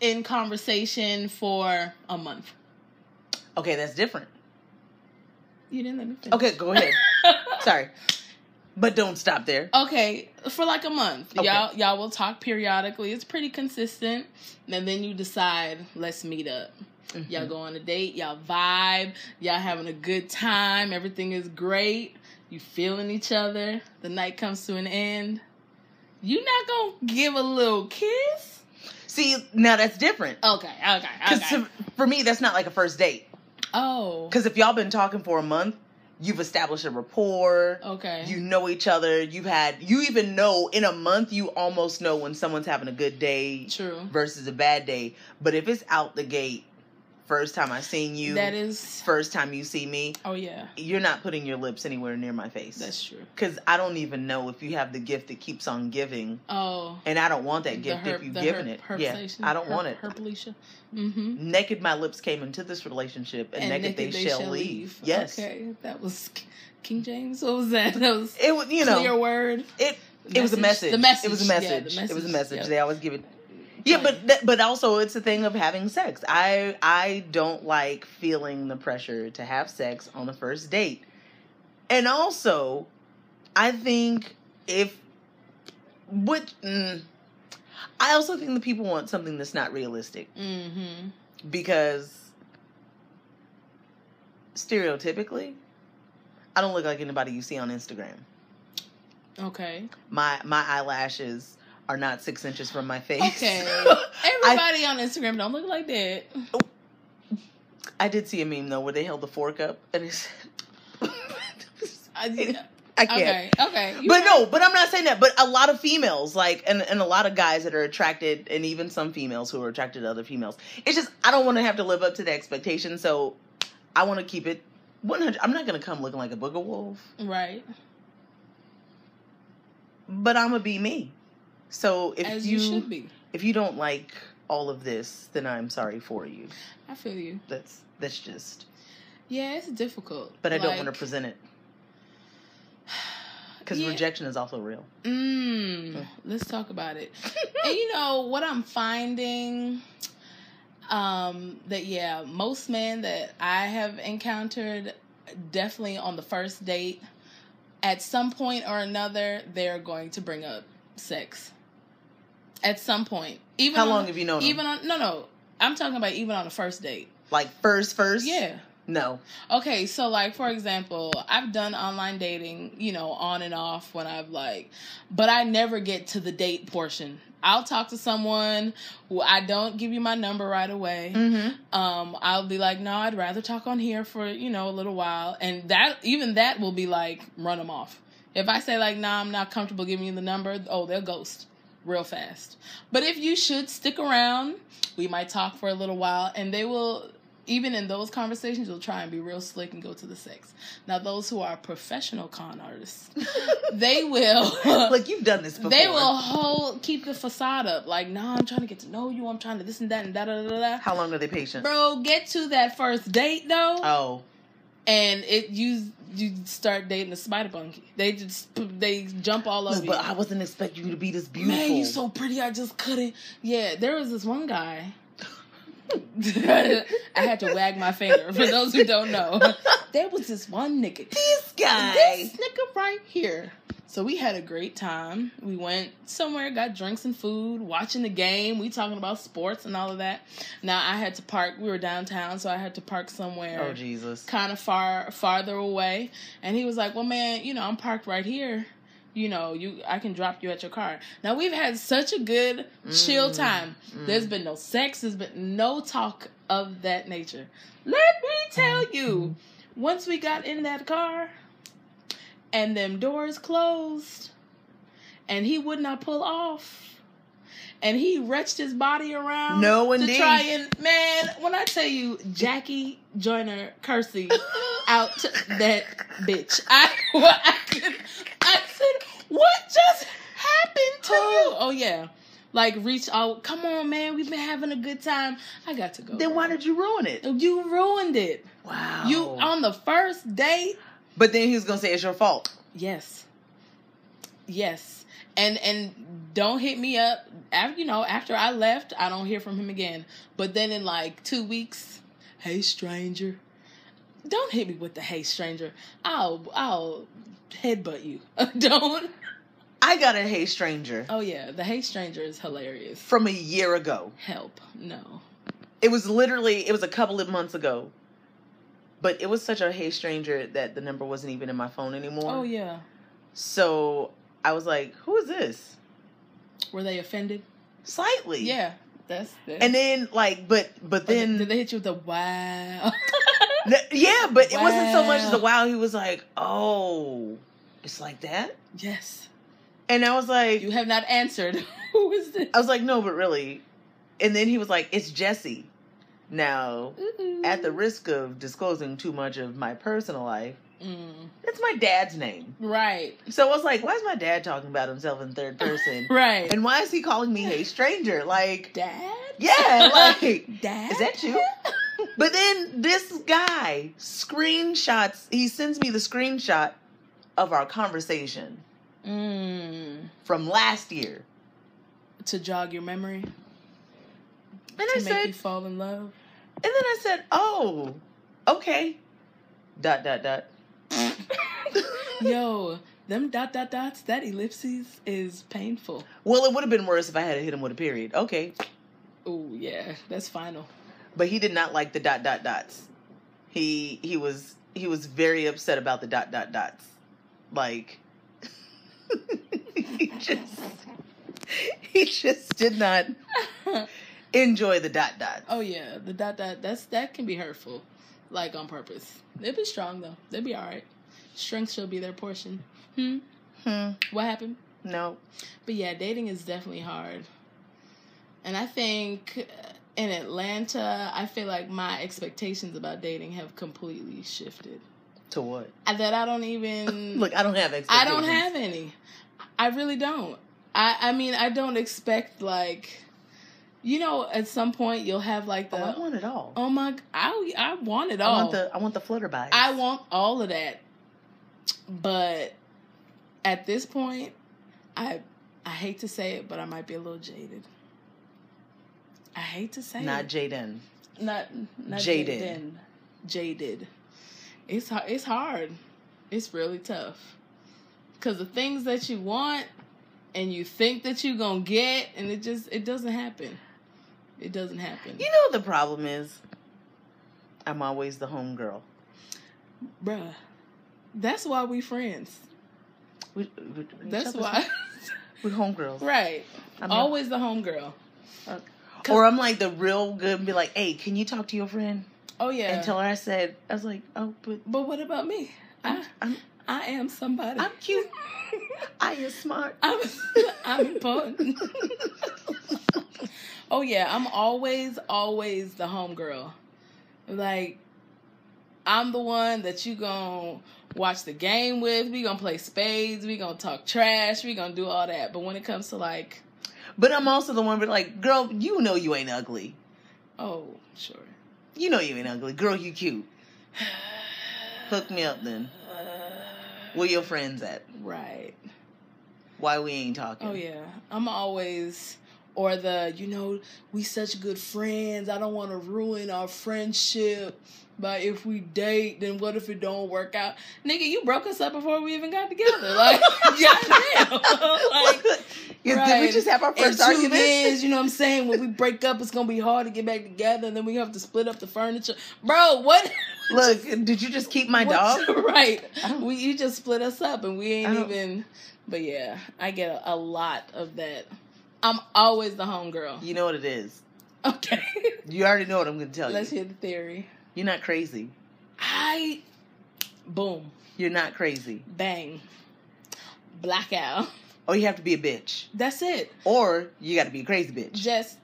[SPEAKER 2] in conversation for a month.
[SPEAKER 1] okay that's different
[SPEAKER 2] You didn't let me finish.
[SPEAKER 1] okay go ahead sorry but don't stop there
[SPEAKER 2] Okay, for like a month,
[SPEAKER 1] Okay.
[SPEAKER 2] y'all y'all will talk periodically. It's pretty consistent, and then you decide let's meet up.
[SPEAKER 1] Mhm.
[SPEAKER 2] Y'all go on a date. Y'all vibe. Y'all having a good time. Everything is great. You feeling each other. The night comes to an end. You not gonna give a little kiss?
[SPEAKER 1] see now that's different
[SPEAKER 2] Okay, okay,
[SPEAKER 1] because
[SPEAKER 2] okay.
[SPEAKER 1] for me that's not like a first date
[SPEAKER 2] Oh,
[SPEAKER 1] because if y'all been talking for a month You've established a rapport.
[SPEAKER 2] Okay.
[SPEAKER 1] You know each other. You've had, you even know in a month, you almost know when someone's having a good day
[SPEAKER 2] True.
[SPEAKER 1] versus a bad day. But if it's out the gate, first time I seen you,
[SPEAKER 2] that is.
[SPEAKER 1] first time you see me,
[SPEAKER 2] Oh yeah,
[SPEAKER 1] you're not putting your lips anywhere near my face.
[SPEAKER 2] that's true.
[SPEAKER 1] Because I don't even know if you have the gift that keeps on giving.
[SPEAKER 2] Oh.
[SPEAKER 1] And I don't want that gift
[SPEAKER 2] the herp-
[SPEAKER 1] if you've
[SPEAKER 2] the
[SPEAKER 1] given
[SPEAKER 2] herp-
[SPEAKER 1] it.
[SPEAKER 2] herp
[SPEAKER 1] Yeah,
[SPEAKER 2] station,
[SPEAKER 1] I don't want it.
[SPEAKER 2] Herplesia. Mm-hmm.
[SPEAKER 1] Naked my lips came into this relationship, and, naked, they, shall, leave. Yes,
[SPEAKER 2] Okay, that was K- King James. What was that? That was
[SPEAKER 1] it was. You know,
[SPEAKER 2] clear word.
[SPEAKER 1] it it was a message.
[SPEAKER 2] The message.
[SPEAKER 1] It was a
[SPEAKER 2] Yeah,
[SPEAKER 1] message.
[SPEAKER 2] the
[SPEAKER 1] It was a message.
[SPEAKER 2] yeah.
[SPEAKER 1] They always give it. Yeah,
[SPEAKER 2] Right.
[SPEAKER 1] but that, but also it's a thing of having sex. I I don't like feeling the pressure to have sex on the first date, and also, I think if what mm, I also think the people want something that's not realistic
[SPEAKER 2] Mm-hmm.
[SPEAKER 1] because stereotypically, I don't look like anybody you see on Instagram.
[SPEAKER 2] Okay.
[SPEAKER 1] My my eyelashes are not six inches from my face.
[SPEAKER 2] Okay. Everybody on Instagram don't look like that.
[SPEAKER 1] I did see a meme though where they held the fork up and it's
[SPEAKER 2] I,
[SPEAKER 1] I can't.
[SPEAKER 2] okay. Okay. You-
[SPEAKER 1] But no, but I'm not saying that. But a lot of females, like, and, and a lot of guys that are attracted, and even some females who are attracted to other females. It's just, I don't want to have to live up to the expectation. So I want to keep it 100. I'm not going to come looking like a booger wolf.
[SPEAKER 2] right.
[SPEAKER 1] but I'm gonna be me. So if
[SPEAKER 2] As
[SPEAKER 1] you,
[SPEAKER 2] you, should be.
[SPEAKER 1] if you don't like all of this, then I'm sorry for you.
[SPEAKER 2] I feel you.
[SPEAKER 1] That's that's just.
[SPEAKER 2] Yeah, it's difficult.
[SPEAKER 1] But I don't want
[SPEAKER 2] Like,
[SPEAKER 1] to present it because
[SPEAKER 2] yeah.
[SPEAKER 1] rejection is also real.
[SPEAKER 2] Mm,
[SPEAKER 1] Mm.
[SPEAKER 2] let's talk about it. and you know what I'm finding um that yeah, most men that I have encountered definitely on the first date at some point or another they're going to bring up sex. At some point. Even
[SPEAKER 1] How
[SPEAKER 2] on-
[SPEAKER 1] long have you known him?
[SPEAKER 2] even on no no. I'm talking about even on the first date.
[SPEAKER 1] Like first, first.
[SPEAKER 2] Yeah.
[SPEAKER 1] No.
[SPEAKER 2] Okay, so like for example, I've done online dating, you know, on and off when I've like, but I never get to the date portion. I'll talk to someone who I don't give you my number right away.
[SPEAKER 1] Mm-hmm.
[SPEAKER 2] Um, I'll be like, no, I'd rather talk on here for you know a little while, and that even that will be like run them off. If I say like, nah, I'm not comfortable giving you the number, oh, they'll ghost real fast. But if you should stick around, we might talk for a little while, and they will. Even in those conversations, they'll try and be real slick and go to the sex. Now, those who are professional con artists, they will.
[SPEAKER 1] Look, you've done this before.
[SPEAKER 2] They will hold keep the facade up, like, nah, I'm trying to get to know you, I'm trying to this and that and da da da da, da.
[SPEAKER 1] How long are they patient?
[SPEAKER 2] Bro, get to that first date though,
[SPEAKER 1] Oh,
[SPEAKER 2] and it you you start dating a spider monkey. They just they jump all over
[SPEAKER 1] look,
[SPEAKER 2] you.
[SPEAKER 1] but I wasn't expecting you to be this beautiful.
[SPEAKER 2] Man, you so pretty. I just couldn't. Yeah, there was this one guy. I had to wag my finger for those who don't know. There was this one nigga.
[SPEAKER 1] this guy.
[SPEAKER 2] This nigga right here. So we had a great time. We went somewhere, got drinks and food, watching the game. We talking about sports and all of that. Now I had to park. We were downtown, so I had to park
[SPEAKER 1] Oh
[SPEAKER 2] somewhere
[SPEAKER 1] Jesus.
[SPEAKER 2] kind of far farther away. And he was like, "Well, man, you know I'm parked right here. You know, you I can drop you at your car." Now we've had such a good chill
[SPEAKER 1] Mm,
[SPEAKER 2] time.
[SPEAKER 1] mm.
[SPEAKER 2] There's been no sex. There's been no talk of that nature. Let me tell
[SPEAKER 1] Mm-hmm.
[SPEAKER 2] you, once we got in that car and them doors closed and he would not pull off and he wretched his body around
[SPEAKER 1] No,
[SPEAKER 2] to
[SPEAKER 1] indeed.
[SPEAKER 2] try and man when i tell you jackie joyner kersey out that bitch i, I, could, I said what just happened to you oh yeah like reach out come on man we've been having a good time i got to go
[SPEAKER 1] Then why
[SPEAKER 2] girl.
[SPEAKER 1] did Oh. you ruin it?
[SPEAKER 2] you ruined it
[SPEAKER 1] Wow.
[SPEAKER 2] you on the first date
[SPEAKER 1] But then he was gonna say it's your fault.
[SPEAKER 2] Yes. Yes. And and don't hit me up after you know, after I left, I don't hear from him again. But then in like two weeks, hey stranger. Don't hit me with the hey stranger. I'll I'll headbutt you. don't
[SPEAKER 1] I got a hey stranger
[SPEAKER 2] Oh yeah, the hey stranger is hilarious.
[SPEAKER 1] from a year ago.
[SPEAKER 2] Help. No.
[SPEAKER 1] It was literally it was a couple of months ago. But it was such a hey stranger that the number wasn't even in my phone anymore.
[SPEAKER 2] Oh yeah.
[SPEAKER 1] So I was like, who is this?
[SPEAKER 2] Were they offended?
[SPEAKER 1] Slightly.
[SPEAKER 2] Yeah. That's, that's
[SPEAKER 1] And then like but but
[SPEAKER 2] Or did-
[SPEAKER 1] then
[SPEAKER 2] did they hit you with the wow?
[SPEAKER 1] N- Yeah, but it wasn't so much
[SPEAKER 2] Wow.
[SPEAKER 1] the wow. He was like, oh, it's like that.
[SPEAKER 2] yes.
[SPEAKER 1] And I was like,
[SPEAKER 2] You have not answered. Who is this?
[SPEAKER 1] I was like, no, but really. And then he was like, it's Jesse. Now, at the risk of disclosing too much of my personal life,
[SPEAKER 2] Mm.
[SPEAKER 1] that's my dad's name.
[SPEAKER 2] Right.
[SPEAKER 1] So I was like, why is my dad talking about himself in third person?
[SPEAKER 2] Right.
[SPEAKER 1] and why is he calling me hey stranger? Like,
[SPEAKER 2] Dad?
[SPEAKER 1] yeah, like
[SPEAKER 2] Dad?
[SPEAKER 1] Is that you? But then this guy screenshots, he sends me the screenshot of our conversation
[SPEAKER 2] Mm.
[SPEAKER 1] from last year.
[SPEAKER 2] To jog your memory?
[SPEAKER 1] And I
[SPEAKER 2] to make
[SPEAKER 1] said,
[SPEAKER 2] you fall in love?
[SPEAKER 1] And then I said, "Oh, okay." Dot dot dot.
[SPEAKER 2] Yo, them dot dot dots, that ellipses is painful.
[SPEAKER 1] well, it would have been worse if I had hit him with a period. Okay,
[SPEAKER 2] Oh, yeah. That's final.
[SPEAKER 1] but he did not like the dot dot dots. He he was he was very upset about the dot dot dots. Like he just he just did not enjoy the dot dots.
[SPEAKER 2] Oh yeah, the dot dot that's that can be hurtful, like on purpose. They'll be strong though. They'll be all right. Strength shall be their portion. Hmm.
[SPEAKER 1] Hmm.
[SPEAKER 2] What happened?
[SPEAKER 1] No.
[SPEAKER 2] But yeah, dating is definitely hard. And I think uh, in Atlanta, I feel like my expectations about dating have completely shifted.
[SPEAKER 1] To what?
[SPEAKER 2] I- That I don't even
[SPEAKER 1] Look, I don't have
[SPEAKER 2] I
[SPEAKER 1] expectations.
[SPEAKER 2] don't have any. I really don't. I I mean I don't expect like, you know, at some point you'll have like the
[SPEAKER 1] Oh, I want it all.
[SPEAKER 2] Oh my! g- I I want it
[SPEAKER 1] I
[SPEAKER 2] all.
[SPEAKER 1] want the I want the flutter by.
[SPEAKER 2] I want all of that, but at this point, I I hate to say it, but I might be a little jaded. I hate to say
[SPEAKER 1] not
[SPEAKER 2] it.
[SPEAKER 1] Jaden.
[SPEAKER 2] not not
[SPEAKER 1] jaded.
[SPEAKER 2] Jaden. Jaded. It's hard. It's hard. It's really tough. Cause the things that you want and you think that you gonna get, and it just it doesn't happen. It doesn't happen,
[SPEAKER 1] You know the problem is, I'm always the homegirl.
[SPEAKER 2] bruh. That's why we friends.
[SPEAKER 1] We, we- we-
[SPEAKER 2] That's
[SPEAKER 1] each other's-
[SPEAKER 2] why.
[SPEAKER 1] we homegirls.
[SPEAKER 2] right.
[SPEAKER 1] I'm your-
[SPEAKER 2] Always the homegirl.
[SPEAKER 1] or I'm like the real good and be like, hey, can you talk to your friend
[SPEAKER 2] Oh yeah.
[SPEAKER 1] and tell her I said I was like, oh, but
[SPEAKER 2] but what about me?
[SPEAKER 1] I'm
[SPEAKER 2] I
[SPEAKER 1] I'm,
[SPEAKER 2] I am somebody.
[SPEAKER 1] I'm cute. I am smart.
[SPEAKER 2] I'm I'm important. oh yeah, I'm always always the homegirl. Like I'm the one that you gonna watch the game with. We gonna play spades. We gonna talk trash. We gonna do all that. But when it comes to like,
[SPEAKER 1] but I'm also the one, but like, girl, you know you ain't ugly.
[SPEAKER 2] oh sure,
[SPEAKER 1] You know you ain't ugly. Girl, you cute. Hook me up then. Where your friends at?
[SPEAKER 2] right.
[SPEAKER 1] Why we ain't talking?
[SPEAKER 2] Oh yeah, I'm always or the you know we such good friends. I don't want to ruin our friendship. But if we date, then what if it don't work out, nigga? You broke us up before we even got together. Like, goddamn. like,
[SPEAKER 1] Yeah, Did we
[SPEAKER 2] right.
[SPEAKER 1] just have our
[SPEAKER 2] in
[SPEAKER 1] first
[SPEAKER 2] two
[SPEAKER 1] argument?
[SPEAKER 2] years, you know what I'm saying? When we break up, it's gonna be hard to get back together, and then we have to split up the furniture, bro. What?
[SPEAKER 1] Look, did you just keep my dog?
[SPEAKER 2] What- right.
[SPEAKER 1] I don't-
[SPEAKER 2] We you just split us up and we
[SPEAKER 1] I
[SPEAKER 2] ain't
[SPEAKER 1] don't-
[SPEAKER 2] even but yeah, I get a, a lot of that. I'm always the homegirl.
[SPEAKER 1] You know what it is.
[SPEAKER 2] Okay.
[SPEAKER 1] You already know what I'm going to tell
[SPEAKER 2] Let's
[SPEAKER 1] you.
[SPEAKER 2] hear the theory.
[SPEAKER 1] You're not crazy.
[SPEAKER 2] I boom,
[SPEAKER 1] You're not crazy.
[SPEAKER 2] bang. Blackout.
[SPEAKER 1] Or you have to be a bitch.
[SPEAKER 2] That's it.
[SPEAKER 1] Or you got to be a crazy bitch.
[SPEAKER 2] Just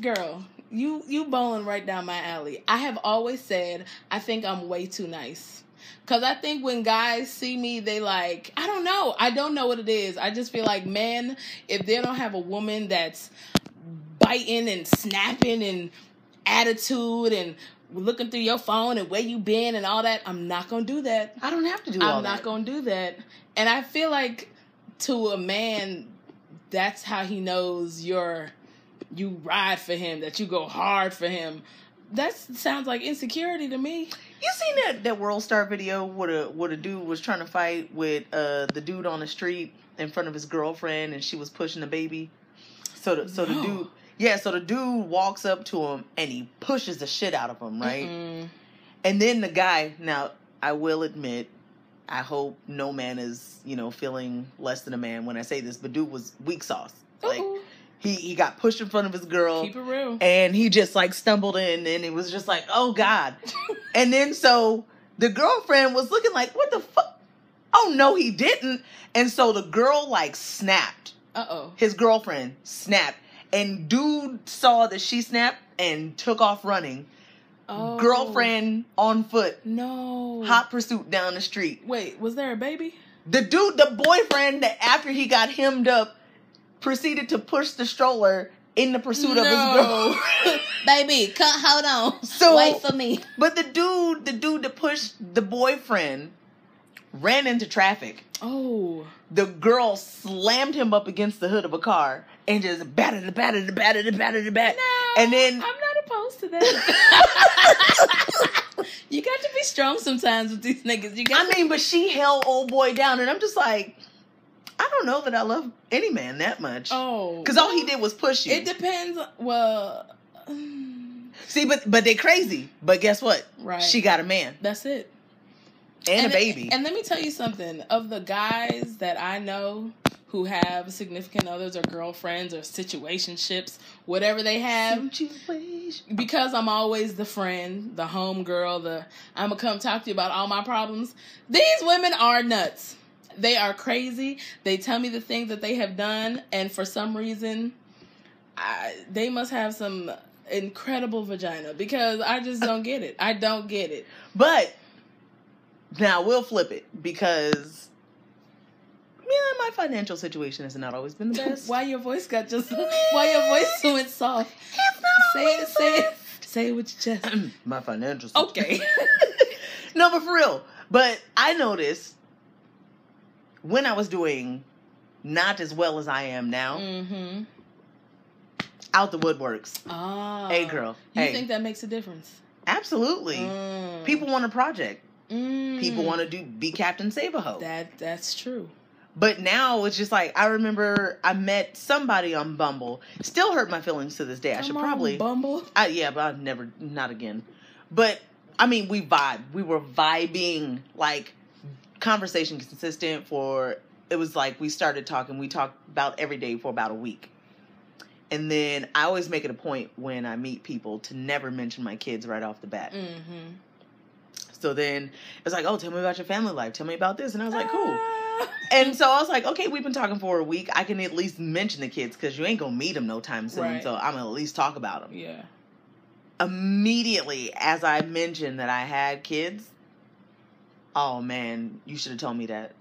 [SPEAKER 2] girl, you you bowling right down my alley. I have always said I think I'm way too nice. Cause I think when guys see me, they like I don't know. I don't know what it is. I just feel like men, if they don't have a woman that's biting and snapping and attitude and looking through your phone and where you been and all that, I'm not gonna do that.
[SPEAKER 1] I don't have to do all
[SPEAKER 2] I'm not
[SPEAKER 1] that.
[SPEAKER 2] gonna do that. And I feel like to a man, that's how he knows you're you ride for him, that you go hard for him. That sounds like insecurity to me.
[SPEAKER 1] You seen that, that World Star video where a, where a dude was trying to fight with uh, the dude on the street in front of his girlfriend and she was pushing the baby? So the, so the
[SPEAKER 2] No.
[SPEAKER 1] dude, yeah, so the dude walks up to him and he pushes the shit out of him, right?
[SPEAKER 2] Mm-mm.
[SPEAKER 1] And then the guy, now I will admit, I hope no man is, you know, feeling less than a man when I say this, but dude was weak sauce. Like oh.
[SPEAKER 2] Ooh.
[SPEAKER 1] He he got pushed in front of his girl
[SPEAKER 2] Keep it real.
[SPEAKER 1] and he just like stumbled in and it was just like, "Oh god." and then so the girlfriend was looking like, "What the fuck?" Oh no, he didn't. And so the girl like snapped.
[SPEAKER 2] Uh oh.
[SPEAKER 1] His girlfriend snapped and dude saw that she snapped and took off running.
[SPEAKER 2] Oh.
[SPEAKER 1] Girlfriend on foot,
[SPEAKER 2] No.
[SPEAKER 1] hot pursuit down the street.
[SPEAKER 2] Wait, was there a baby?
[SPEAKER 1] The dude, the boyfriend that after he got hemmed up, proceeded to push the stroller in the pursuit of
[SPEAKER 2] No.
[SPEAKER 1] his girl.
[SPEAKER 3] Baby, cut, hold on.
[SPEAKER 1] So-
[SPEAKER 3] Wait for me.
[SPEAKER 1] but the dude, the dude that pushed the boyfriend ran into traffic.
[SPEAKER 2] Oh.
[SPEAKER 1] The girl slammed him up against the hood of a car and just batted the batted the batted the batted the bat. And then
[SPEAKER 2] I'm not opposed to that. you got to be strong sometimes with these niggas. You got
[SPEAKER 1] I mean, but she held old boy down and I'm just like, I don't know that I love any man that much.
[SPEAKER 2] to. Oh.
[SPEAKER 1] Cause all he did was push you.
[SPEAKER 2] It depends. Well. mm,
[SPEAKER 1] See, but but they crazy. But guess what?
[SPEAKER 2] Right.
[SPEAKER 1] She got a man
[SPEAKER 2] That's it.
[SPEAKER 1] and, a baby.
[SPEAKER 2] And let me tell you something. Of the guys that I know who have significant others or girlfriends or situationships, whatever they have,
[SPEAKER 1] Situation.
[SPEAKER 2] because I'm always the friend, the home girl, the I'ma come talk to you about all my problems. These women are nuts. They are crazy. They tell me the things that they have done, and for some reason, I, they must have some incredible vagina because I just don't get it. I don't get it.
[SPEAKER 1] But now we'll flip it because yeah, my financial situation has not always been the best.
[SPEAKER 2] Why your voice got just? Why your voice so went soft?
[SPEAKER 1] It's not
[SPEAKER 2] Say it,
[SPEAKER 1] always
[SPEAKER 2] say
[SPEAKER 1] been-
[SPEAKER 2] it, say it with your chest.
[SPEAKER 1] My financial situation.
[SPEAKER 2] Okay.
[SPEAKER 1] no, but for real. But I noticed when I was doing not as well as I am now,
[SPEAKER 2] mm-hmm.
[SPEAKER 1] out the woodworks.
[SPEAKER 2] Ah.
[SPEAKER 1] hey, girl.
[SPEAKER 2] You
[SPEAKER 1] hey,
[SPEAKER 2] think that makes a difference?
[SPEAKER 1] absolutely.
[SPEAKER 2] Mm.
[SPEAKER 1] People want a project.
[SPEAKER 2] Mm.
[SPEAKER 1] People want to do be Captain Save a Ho.
[SPEAKER 2] That that's true.
[SPEAKER 1] But now it's just like I remember I met somebody on Bumble. Still hurt my feelings to this day. I
[SPEAKER 2] Come
[SPEAKER 1] should
[SPEAKER 2] on,
[SPEAKER 1] probably
[SPEAKER 2] Bumble.
[SPEAKER 1] I, yeah, but I've never not again. But I mean we vibe. We were vibing like conversation consistent for it was like we started talking, we talked about every day for about a week. And then I always make it a point when I meet people to never mention my kids right off the bat.
[SPEAKER 2] Mm-hmm.
[SPEAKER 1] So then it's like, oh, tell me about your family life. Tell me about this. And I was like, cool.
[SPEAKER 2] Ah.
[SPEAKER 1] And so I was like, okay, we've been talking for a week. I can at least mention the kids because you ain't gonna meet them no time soon.
[SPEAKER 2] Right.
[SPEAKER 1] So I'm gonna at least talk about them.
[SPEAKER 2] Yeah.
[SPEAKER 1] Immediately as I mentioned that I had kids, oh man, you should have told me that.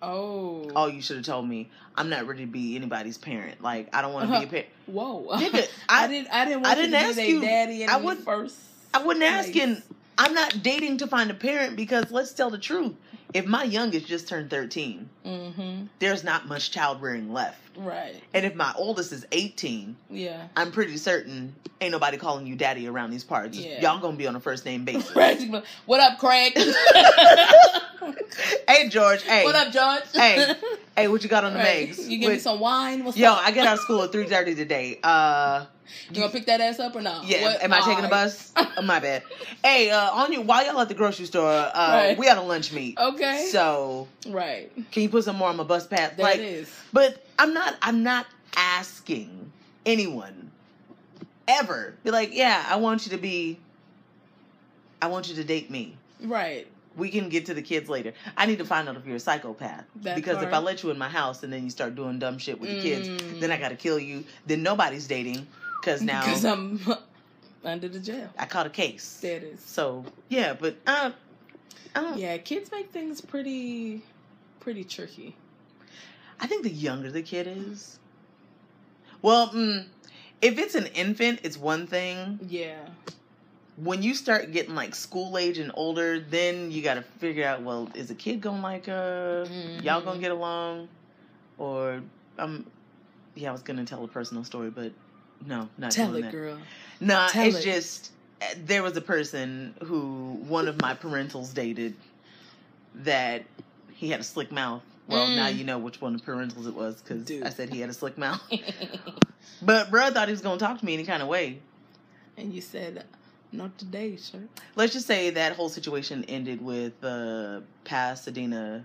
[SPEAKER 2] Oh.
[SPEAKER 1] Oh, you should have told me. I'm not ready to be anybody's parent. Like I don't want to be a parent.
[SPEAKER 2] Whoa.
[SPEAKER 1] Nigga,
[SPEAKER 2] I,
[SPEAKER 1] I
[SPEAKER 2] didn't. I didn't. Want
[SPEAKER 1] I didn't
[SPEAKER 2] you to
[SPEAKER 1] ask
[SPEAKER 2] be their
[SPEAKER 1] you.
[SPEAKER 2] Daddy and
[SPEAKER 1] I wouldn't-
[SPEAKER 2] first.
[SPEAKER 1] I wouldn't ask
[SPEAKER 2] place.
[SPEAKER 1] and I'm not dating to find a parent because let's tell the truth. If my youngest just turned 13,
[SPEAKER 2] Mm-hmm.
[SPEAKER 1] there's not much childbearing left.
[SPEAKER 2] Right.
[SPEAKER 1] And if my oldest is 18,
[SPEAKER 2] Yeah.
[SPEAKER 1] I'm pretty certain ain't nobody calling you daddy around these parts.
[SPEAKER 2] Yeah.
[SPEAKER 1] Y'all gonna be on a first name basis.
[SPEAKER 2] Practically. What up, Craig?
[SPEAKER 1] hey George, hey,
[SPEAKER 2] What up, George?
[SPEAKER 1] Hey, hey, what you got on the
[SPEAKER 2] Right.
[SPEAKER 1] megs?
[SPEAKER 2] You give me
[SPEAKER 1] What-
[SPEAKER 2] some wine. What's
[SPEAKER 1] Yo,
[SPEAKER 2] up?
[SPEAKER 1] I get out of school at three thirty today. Uh,
[SPEAKER 2] You gonna pick that ass up or no?
[SPEAKER 1] yeah,
[SPEAKER 2] What-
[SPEAKER 1] am I taking a
[SPEAKER 2] Alright.
[SPEAKER 1] bus? oh, my bad. Hey, uh, on you while y'all at the grocery store, uh,
[SPEAKER 2] Right.
[SPEAKER 1] we had a lunch meet.
[SPEAKER 2] Okay.
[SPEAKER 1] So
[SPEAKER 2] right.
[SPEAKER 1] can you put some more on my bus pass?
[SPEAKER 2] That is.
[SPEAKER 1] like, but I'm not. I'm not asking anyone ever. Be like, yeah, I want you to be. I want you to date me.
[SPEAKER 2] Right.
[SPEAKER 1] We can get to the kids later. I need to find out if you're a psychopath.
[SPEAKER 2] That
[SPEAKER 1] because if
[SPEAKER 2] part.
[SPEAKER 1] I let you in my house and then you start doing dumb shit with the kids,
[SPEAKER 2] Mm.
[SPEAKER 1] then I gotta kill you. Then nobody's dating. Cause now
[SPEAKER 2] Because I'm under the jail.
[SPEAKER 1] I caught a case.
[SPEAKER 2] That is.
[SPEAKER 1] So yeah, but uh, I don't.
[SPEAKER 2] Yeah, kids make things pretty, pretty tricky.
[SPEAKER 1] I think the younger the kid is, well, mm, if it's an infant, it's one thing.
[SPEAKER 2] Yeah.
[SPEAKER 1] When you start getting like school age and older, then you gotta figure out. Well, is the kid gonna like her?
[SPEAKER 2] Mm-hmm. Mm.
[SPEAKER 1] y'all gonna get along or um yeah i was gonna tell a personal story but no not
[SPEAKER 2] tell
[SPEAKER 1] doing that.
[SPEAKER 2] it, girl.
[SPEAKER 1] nah
[SPEAKER 2] Tell
[SPEAKER 1] it's
[SPEAKER 2] it.
[SPEAKER 1] just uh, there was a person who one of my parentals dated that he had a slick mouth well
[SPEAKER 2] Mm.
[SPEAKER 1] now you know which one of the parentals it was because
[SPEAKER 2] Dude.
[SPEAKER 1] i said he had a slick mouth but bruh thought he was gonna talk to me any kind of way
[SPEAKER 2] and you said, "Not today, sir."
[SPEAKER 1] let's just say that whole situation ended with uh, pasadena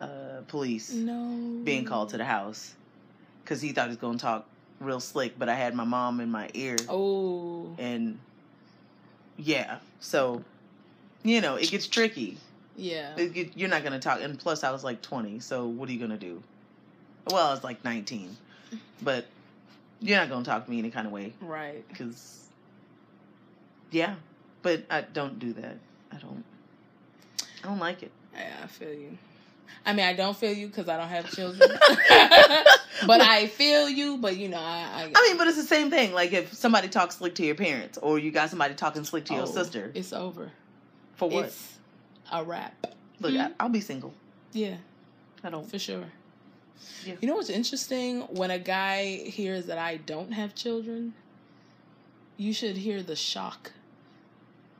[SPEAKER 1] uh, police
[SPEAKER 2] No. Mm-hmm.
[SPEAKER 1] being called to the house because he thought he was going to talk real slick, but I had my mom in my ear.
[SPEAKER 2] Oh.
[SPEAKER 1] And yeah, so, you know, it gets tricky.
[SPEAKER 2] Yeah.
[SPEAKER 1] It get- you're not going to talk. And plus, I was like 20, so what are you going to do? Well, I was like 19, but you're not going to talk to me any kind of way
[SPEAKER 2] Right.
[SPEAKER 1] because, yeah, but I don't do that. I don't. I don't like it.
[SPEAKER 2] Yeah, I feel you. I mean, I don't feel you because I don't have children. but I feel you. But you know, I. I,
[SPEAKER 1] I mean, but it's the same thing. Like if somebody talks slick to your parents, or you got somebody talking slick to your
[SPEAKER 2] Oh,
[SPEAKER 1] sister.
[SPEAKER 2] It's over.
[SPEAKER 1] For what?
[SPEAKER 2] It's a wrap.
[SPEAKER 1] Look,
[SPEAKER 2] Hmm?
[SPEAKER 3] Mhm.
[SPEAKER 1] I, I'll be single.
[SPEAKER 2] Yeah,
[SPEAKER 1] I don't.
[SPEAKER 2] for sure.
[SPEAKER 1] Yeah.
[SPEAKER 2] You know what's interesting? When a guy hears that I don't have children, you should hear the shock.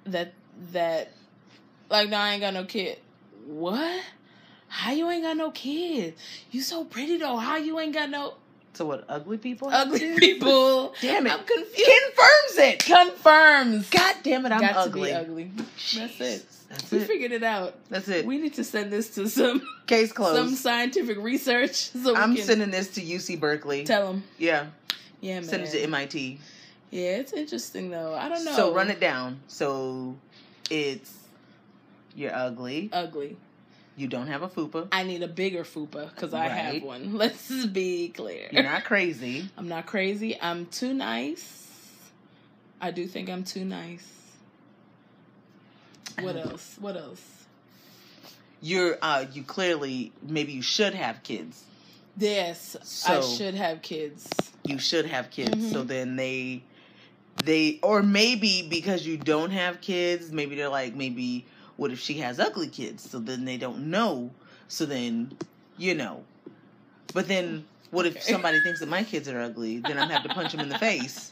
[SPEAKER 2] That that, like, no, I ain't got no kid. What? How you ain't got no kid? You so pretty though. How you ain't got no
[SPEAKER 1] So what? Ugly people. have
[SPEAKER 2] ugly
[SPEAKER 1] kids?
[SPEAKER 2] people?
[SPEAKER 1] Damn it!
[SPEAKER 2] I'm confused.
[SPEAKER 1] Confirms it.
[SPEAKER 2] confirms.
[SPEAKER 1] God damn it! I'm
[SPEAKER 2] Got
[SPEAKER 1] ugly.
[SPEAKER 2] to be ugly. That's it.
[SPEAKER 1] That's
[SPEAKER 2] We
[SPEAKER 1] it.
[SPEAKER 2] figured it out.
[SPEAKER 1] That's it.
[SPEAKER 2] We need to send this to some
[SPEAKER 1] Case
[SPEAKER 2] some
[SPEAKER 1] closed.
[SPEAKER 2] scientific research so we
[SPEAKER 1] I'm
[SPEAKER 2] can
[SPEAKER 1] sending this to UC Berkeley.
[SPEAKER 2] tell them.
[SPEAKER 1] yeah,
[SPEAKER 2] Yeah, man.
[SPEAKER 1] send it to MIT.
[SPEAKER 2] yeah, it's interesting though. I don't know.
[SPEAKER 1] So run it down. So it's you're ugly.
[SPEAKER 2] ugly.
[SPEAKER 1] you don't have a fupa.
[SPEAKER 2] Uh, I need a bigger fupa because I
[SPEAKER 1] Right.
[SPEAKER 2] have one. Let's be clear.
[SPEAKER 1] You're not crazy.
[SPEAKER 2] I'm not crazy. I'm too nice. I do think I'm too nice. What else? What else?
[SPEAKER 1] You're uh you clearly maybe you should have kids.
[SPEAKER 2] Yes, I
[SPEAKER 1] So-
[SPEAKER 2] should have kids.
[SPEAKER 1] You should have kids.
[SPEAKER 2] Mhm.
[SPEAKER 3] Mm-hmm.
[SPEAKER 1] So then they they or maybe because you don't have kids, maybe they're like maybe what if she has ugly kids? So then they don't know. So then you know. But then what if
[SPEAKER 2] Okay.
[SPEAKER 1] somebody thinks that my kids are ugly? Then I'm gonna have to punch them in the face.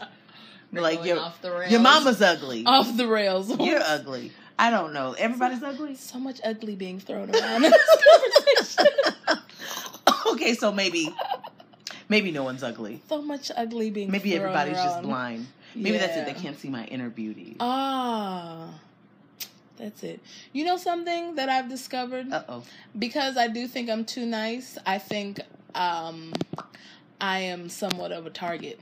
[SPEAKER 3] We're
[SPEAKER 1] like
[SPEAKER 3] going
[SPEAKER 1] your
[SPEAKER 3] off the rails. Oh.
[SPEAKER 1] your mama's ugly.
[SPEAKER 2] Off the rails.
[SPEAKER 1] You're ugly. I don't know. Everybody's ugly.
[SPEAKER 2] So much ugly being thrown around in this conversation.
[SPEAKER 1] okay, so maybe maybe no one's ugly.
[SPEAKER 2] So much ugly being
[SPEAKER 1] Maybe
[SPEAKER 2] thrown
[SPEAKER 1] everybody's just
[SPEAKER 2] around.
[SPEAKER 1] blind. Maybe that's it. They
[SPEAKER 2] Yeah. Oh,
[SPEAKER 1] can't see my inner beauty. Uh
[SPEAKER 2] Ah. That's it. You know something that I've discovered?
[SPEAKER 1] oh.
[SPEAKER 2] Because I do think I'm too nice, I think um I am somewhat of a target.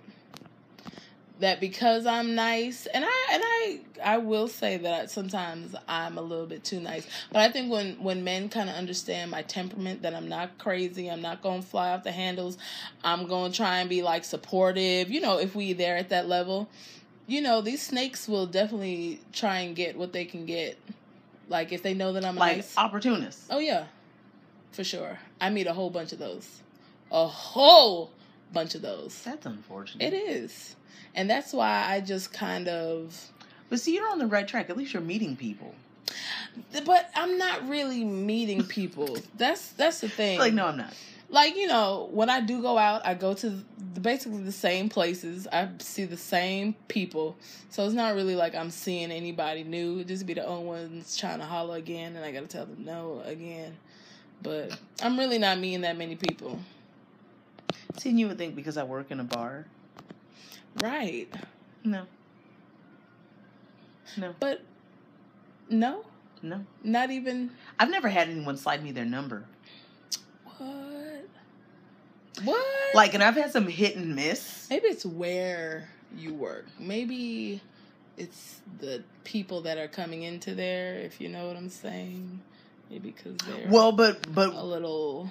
[SPEAKER 2] That because I'm nice and I and I I will say that sometimes I'm a little bit too nice. But I think when when men kind of understand my temperament that I'm not crazy, I'm not going to fly off the handles. I'm going to try and be like supportive, you know, if we there at that level. You know, these snakes will definitely try and get what they can get. Like if they know that I'm
[SPEAKER 1] Like
[SPEAKER 2] nice.
[SPEAKER 1] opportunists.
[SPEAKER 2] Oh yeah, for sure. I meet a whole bunch of those, a whole bunch of those.
[SPEAKER 1] That's unfortunate.
[SPEAKER 2] It is, and that's why I just kind of.
[SPEAKER 1] But see, you're on the right track. At least you're meeting people.
[SPEAKER 2] But I'm not really meeting people. That's that's the thing.
[SPEAKER 1] Like, no, I'm not.
[SPEAKER 2] like you know when i do go out i go to the, basically the same places i see the same people so it's not really like i'm seeing anybody new It just be the old ones trying to holler again and i gotta tell them no again but i'm really not meeting that many people
[SPEAKER 1] See, and you would think because I work in a bar.
[SPEAKER 2] right
[SPEAKER 1] No. No.
[SPEAKER 2] but no
[SPEAKER 1] No.
[SPEAKER 2] not even
[SPEAKER 1] I've never had anyone slide me their number.
[SPEAKER 2] what what
[SPEAKER 1] Like, and I've had some hit and miss.
[SPEAKER 2] Maybe it's where you work. Maybe it's the people that are coming into there, if you know what I'm saying. Maybe because they're
[SPEAKER 1] Well, but but
[SPEAKER 2] a little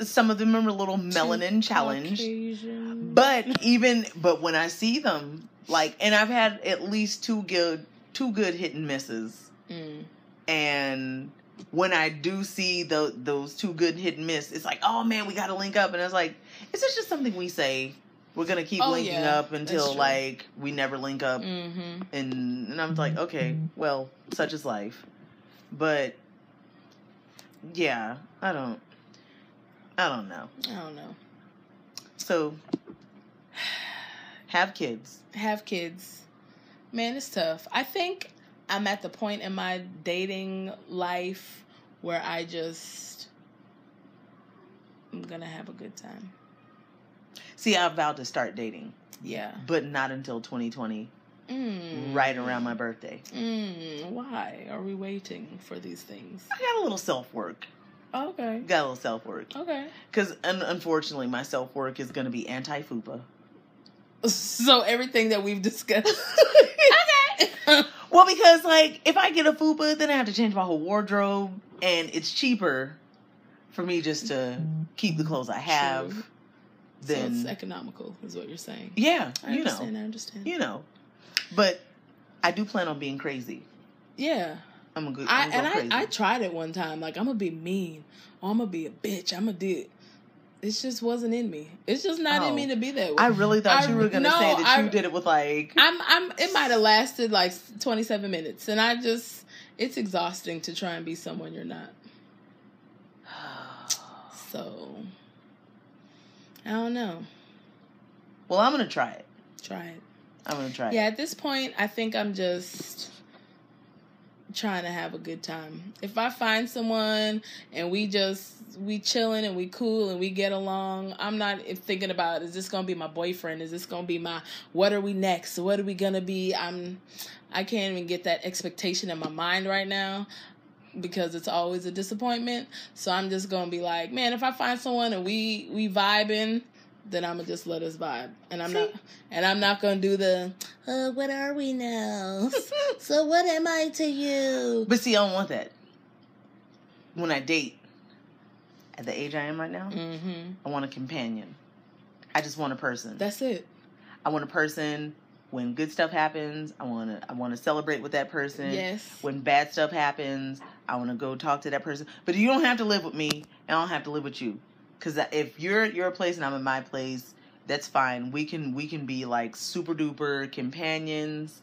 [SPEAKER 1] some of them are a little melanin challenged.
[SPEAKER 2] Caucasian.
[SPEAKER 1] But even but when I see them, like and I've had at least two good two good hit and misses.
[SPEAKER 2] Mm.
[SPEAKER 1] And when I do see tho- those two good hit and miss, it's like, oh man, we gotta link up. And I was like, is this just something we say? We're gonna keep
[SPEAKER 2] Oh,
[SPEAKER 1] linking
[SPEAKER 2] yeah,
[SPEAKER 1] up until
[SPEAKER 2] that's true.
[SPEAKER 1] like we never link up
[SPEAKER 2] hmm
[SPEAKER 1] and and I'm like, okay, well, such is life. But yeah, I don't I don't know.
[SPEAKER 2] I don't know.
[SPEAKER 1] So have kids.
[SPEAKER 2] Have kids. Man, it's tough. I think I'm at the point in my dating life where I just I'm gonna have a good time.
[SPEAKER 1] See, I vowed to start dating,
[SPEAKER 2] Yeah.
[SPEAKER 1] but not until 2020,
[SPEAKER 2] Mm.
[SPEAKER 1] right around my birthday.
[SPEAKER 2] Mm, why are we waiting for these things?
[SPEAKER 1] I got a little self work.
[SPEAKER 2] Okay.
[SPEAKER 1] Got a little self work.
[SPEAKER 2] Okay.
[SPEAKER 1] Because un- unfortunately, my self work is going to be anti FUPA.
[SPEAKER 2] So everything that we've discussed.
[SPEAKER 3] okay.
[SPEAKER 1] Well, because like if I get a fupa, then I have to change my whole wardrobe, and it's cheaper for me just to keep the clothes I have
[SPEAKER 2] True.
[SPEAKER 1] than
[SPEAKER 2] so it's economical, is what you're saying.
[SPEAKER 1] yeah,
[SPEAKER 2] I
[SPEAKER 1] you know,
[SPEAKER 2] understand. I understand.
[SPEAKER 1] you know. But I do plan on being crazy.
[SPEAKER 2] Yeah.
[SPEAKER 1] I'm a good.
[SPEAKER 2] I
[SPEAKER 1] I'm gonna
[SPEAKER 2] and
[SPEAKER 1] go crazy.
[SPEAKER 2] I, I tried it one time. Like I'm gonna be mean. Or I'm gonna be a bitch. I'm gonna do it. It just wasn't in me. It's just not
[SPEAKER 1] Oh.
[SPEAKER 2] in me to be that way.
[SPEAKER 1] I really thought
[SPEAKER 2] I-
[SPEAKER 1] you were gonna
[SPEAKER 2] no,
[SPEAKER 1] say that you
[SPEAKER 2] I-
[SPEAKER 1] did it with like
[SPEAKER 2] I'm I'm it might have lasted like 27 minutes and I just it's exhausting to try and be someone you're not. So I don't know.
[SPEAKER 1] Well, I'm gonna try it.
[SPEAKER 2] Try it.
[SPEAKER 1] I'm gonna try
[SPEAKER 2] Yeah,
[SPEAKER 1] it.
[SPEAKER 2] at this point I think I'm just trying to have a good time. If I find someone and we just we chilling and we cool and we get along, I'm not thinking about is this going to be my boyfriend? Is this going to be my what are we next? What are we going to be? I'm I can't even get that expectation in my mind right now because it's always a disappointment. So I'm just going to be like, man, if I find someone and we we vibing, then I'm going to just let us vibe. And I'm not and I'm not going to do the
[SPEAKER 3] Uh, what are we now? so what am I to you?
[SPEAKER 1] But see, I don't want that. When I date, at the age I am right now,
[SPEAKER 2] mhm.
[SPEAKER 1] I want a companion. I just want a person.
[SPEAKER 2] That's it.
[SPEAKER 1] I want a person when good stuff happens. I want to. I want to celebrate with that person.
[SPEAKER 2] Yes.
[SPEAKER 1] When bad stuff happens, I want to go talk to that person. But you don't have to live with me. and I don't have to live with you. Because if you're at your place and I'm at my place, that's fine. We can we can be like super duper companions,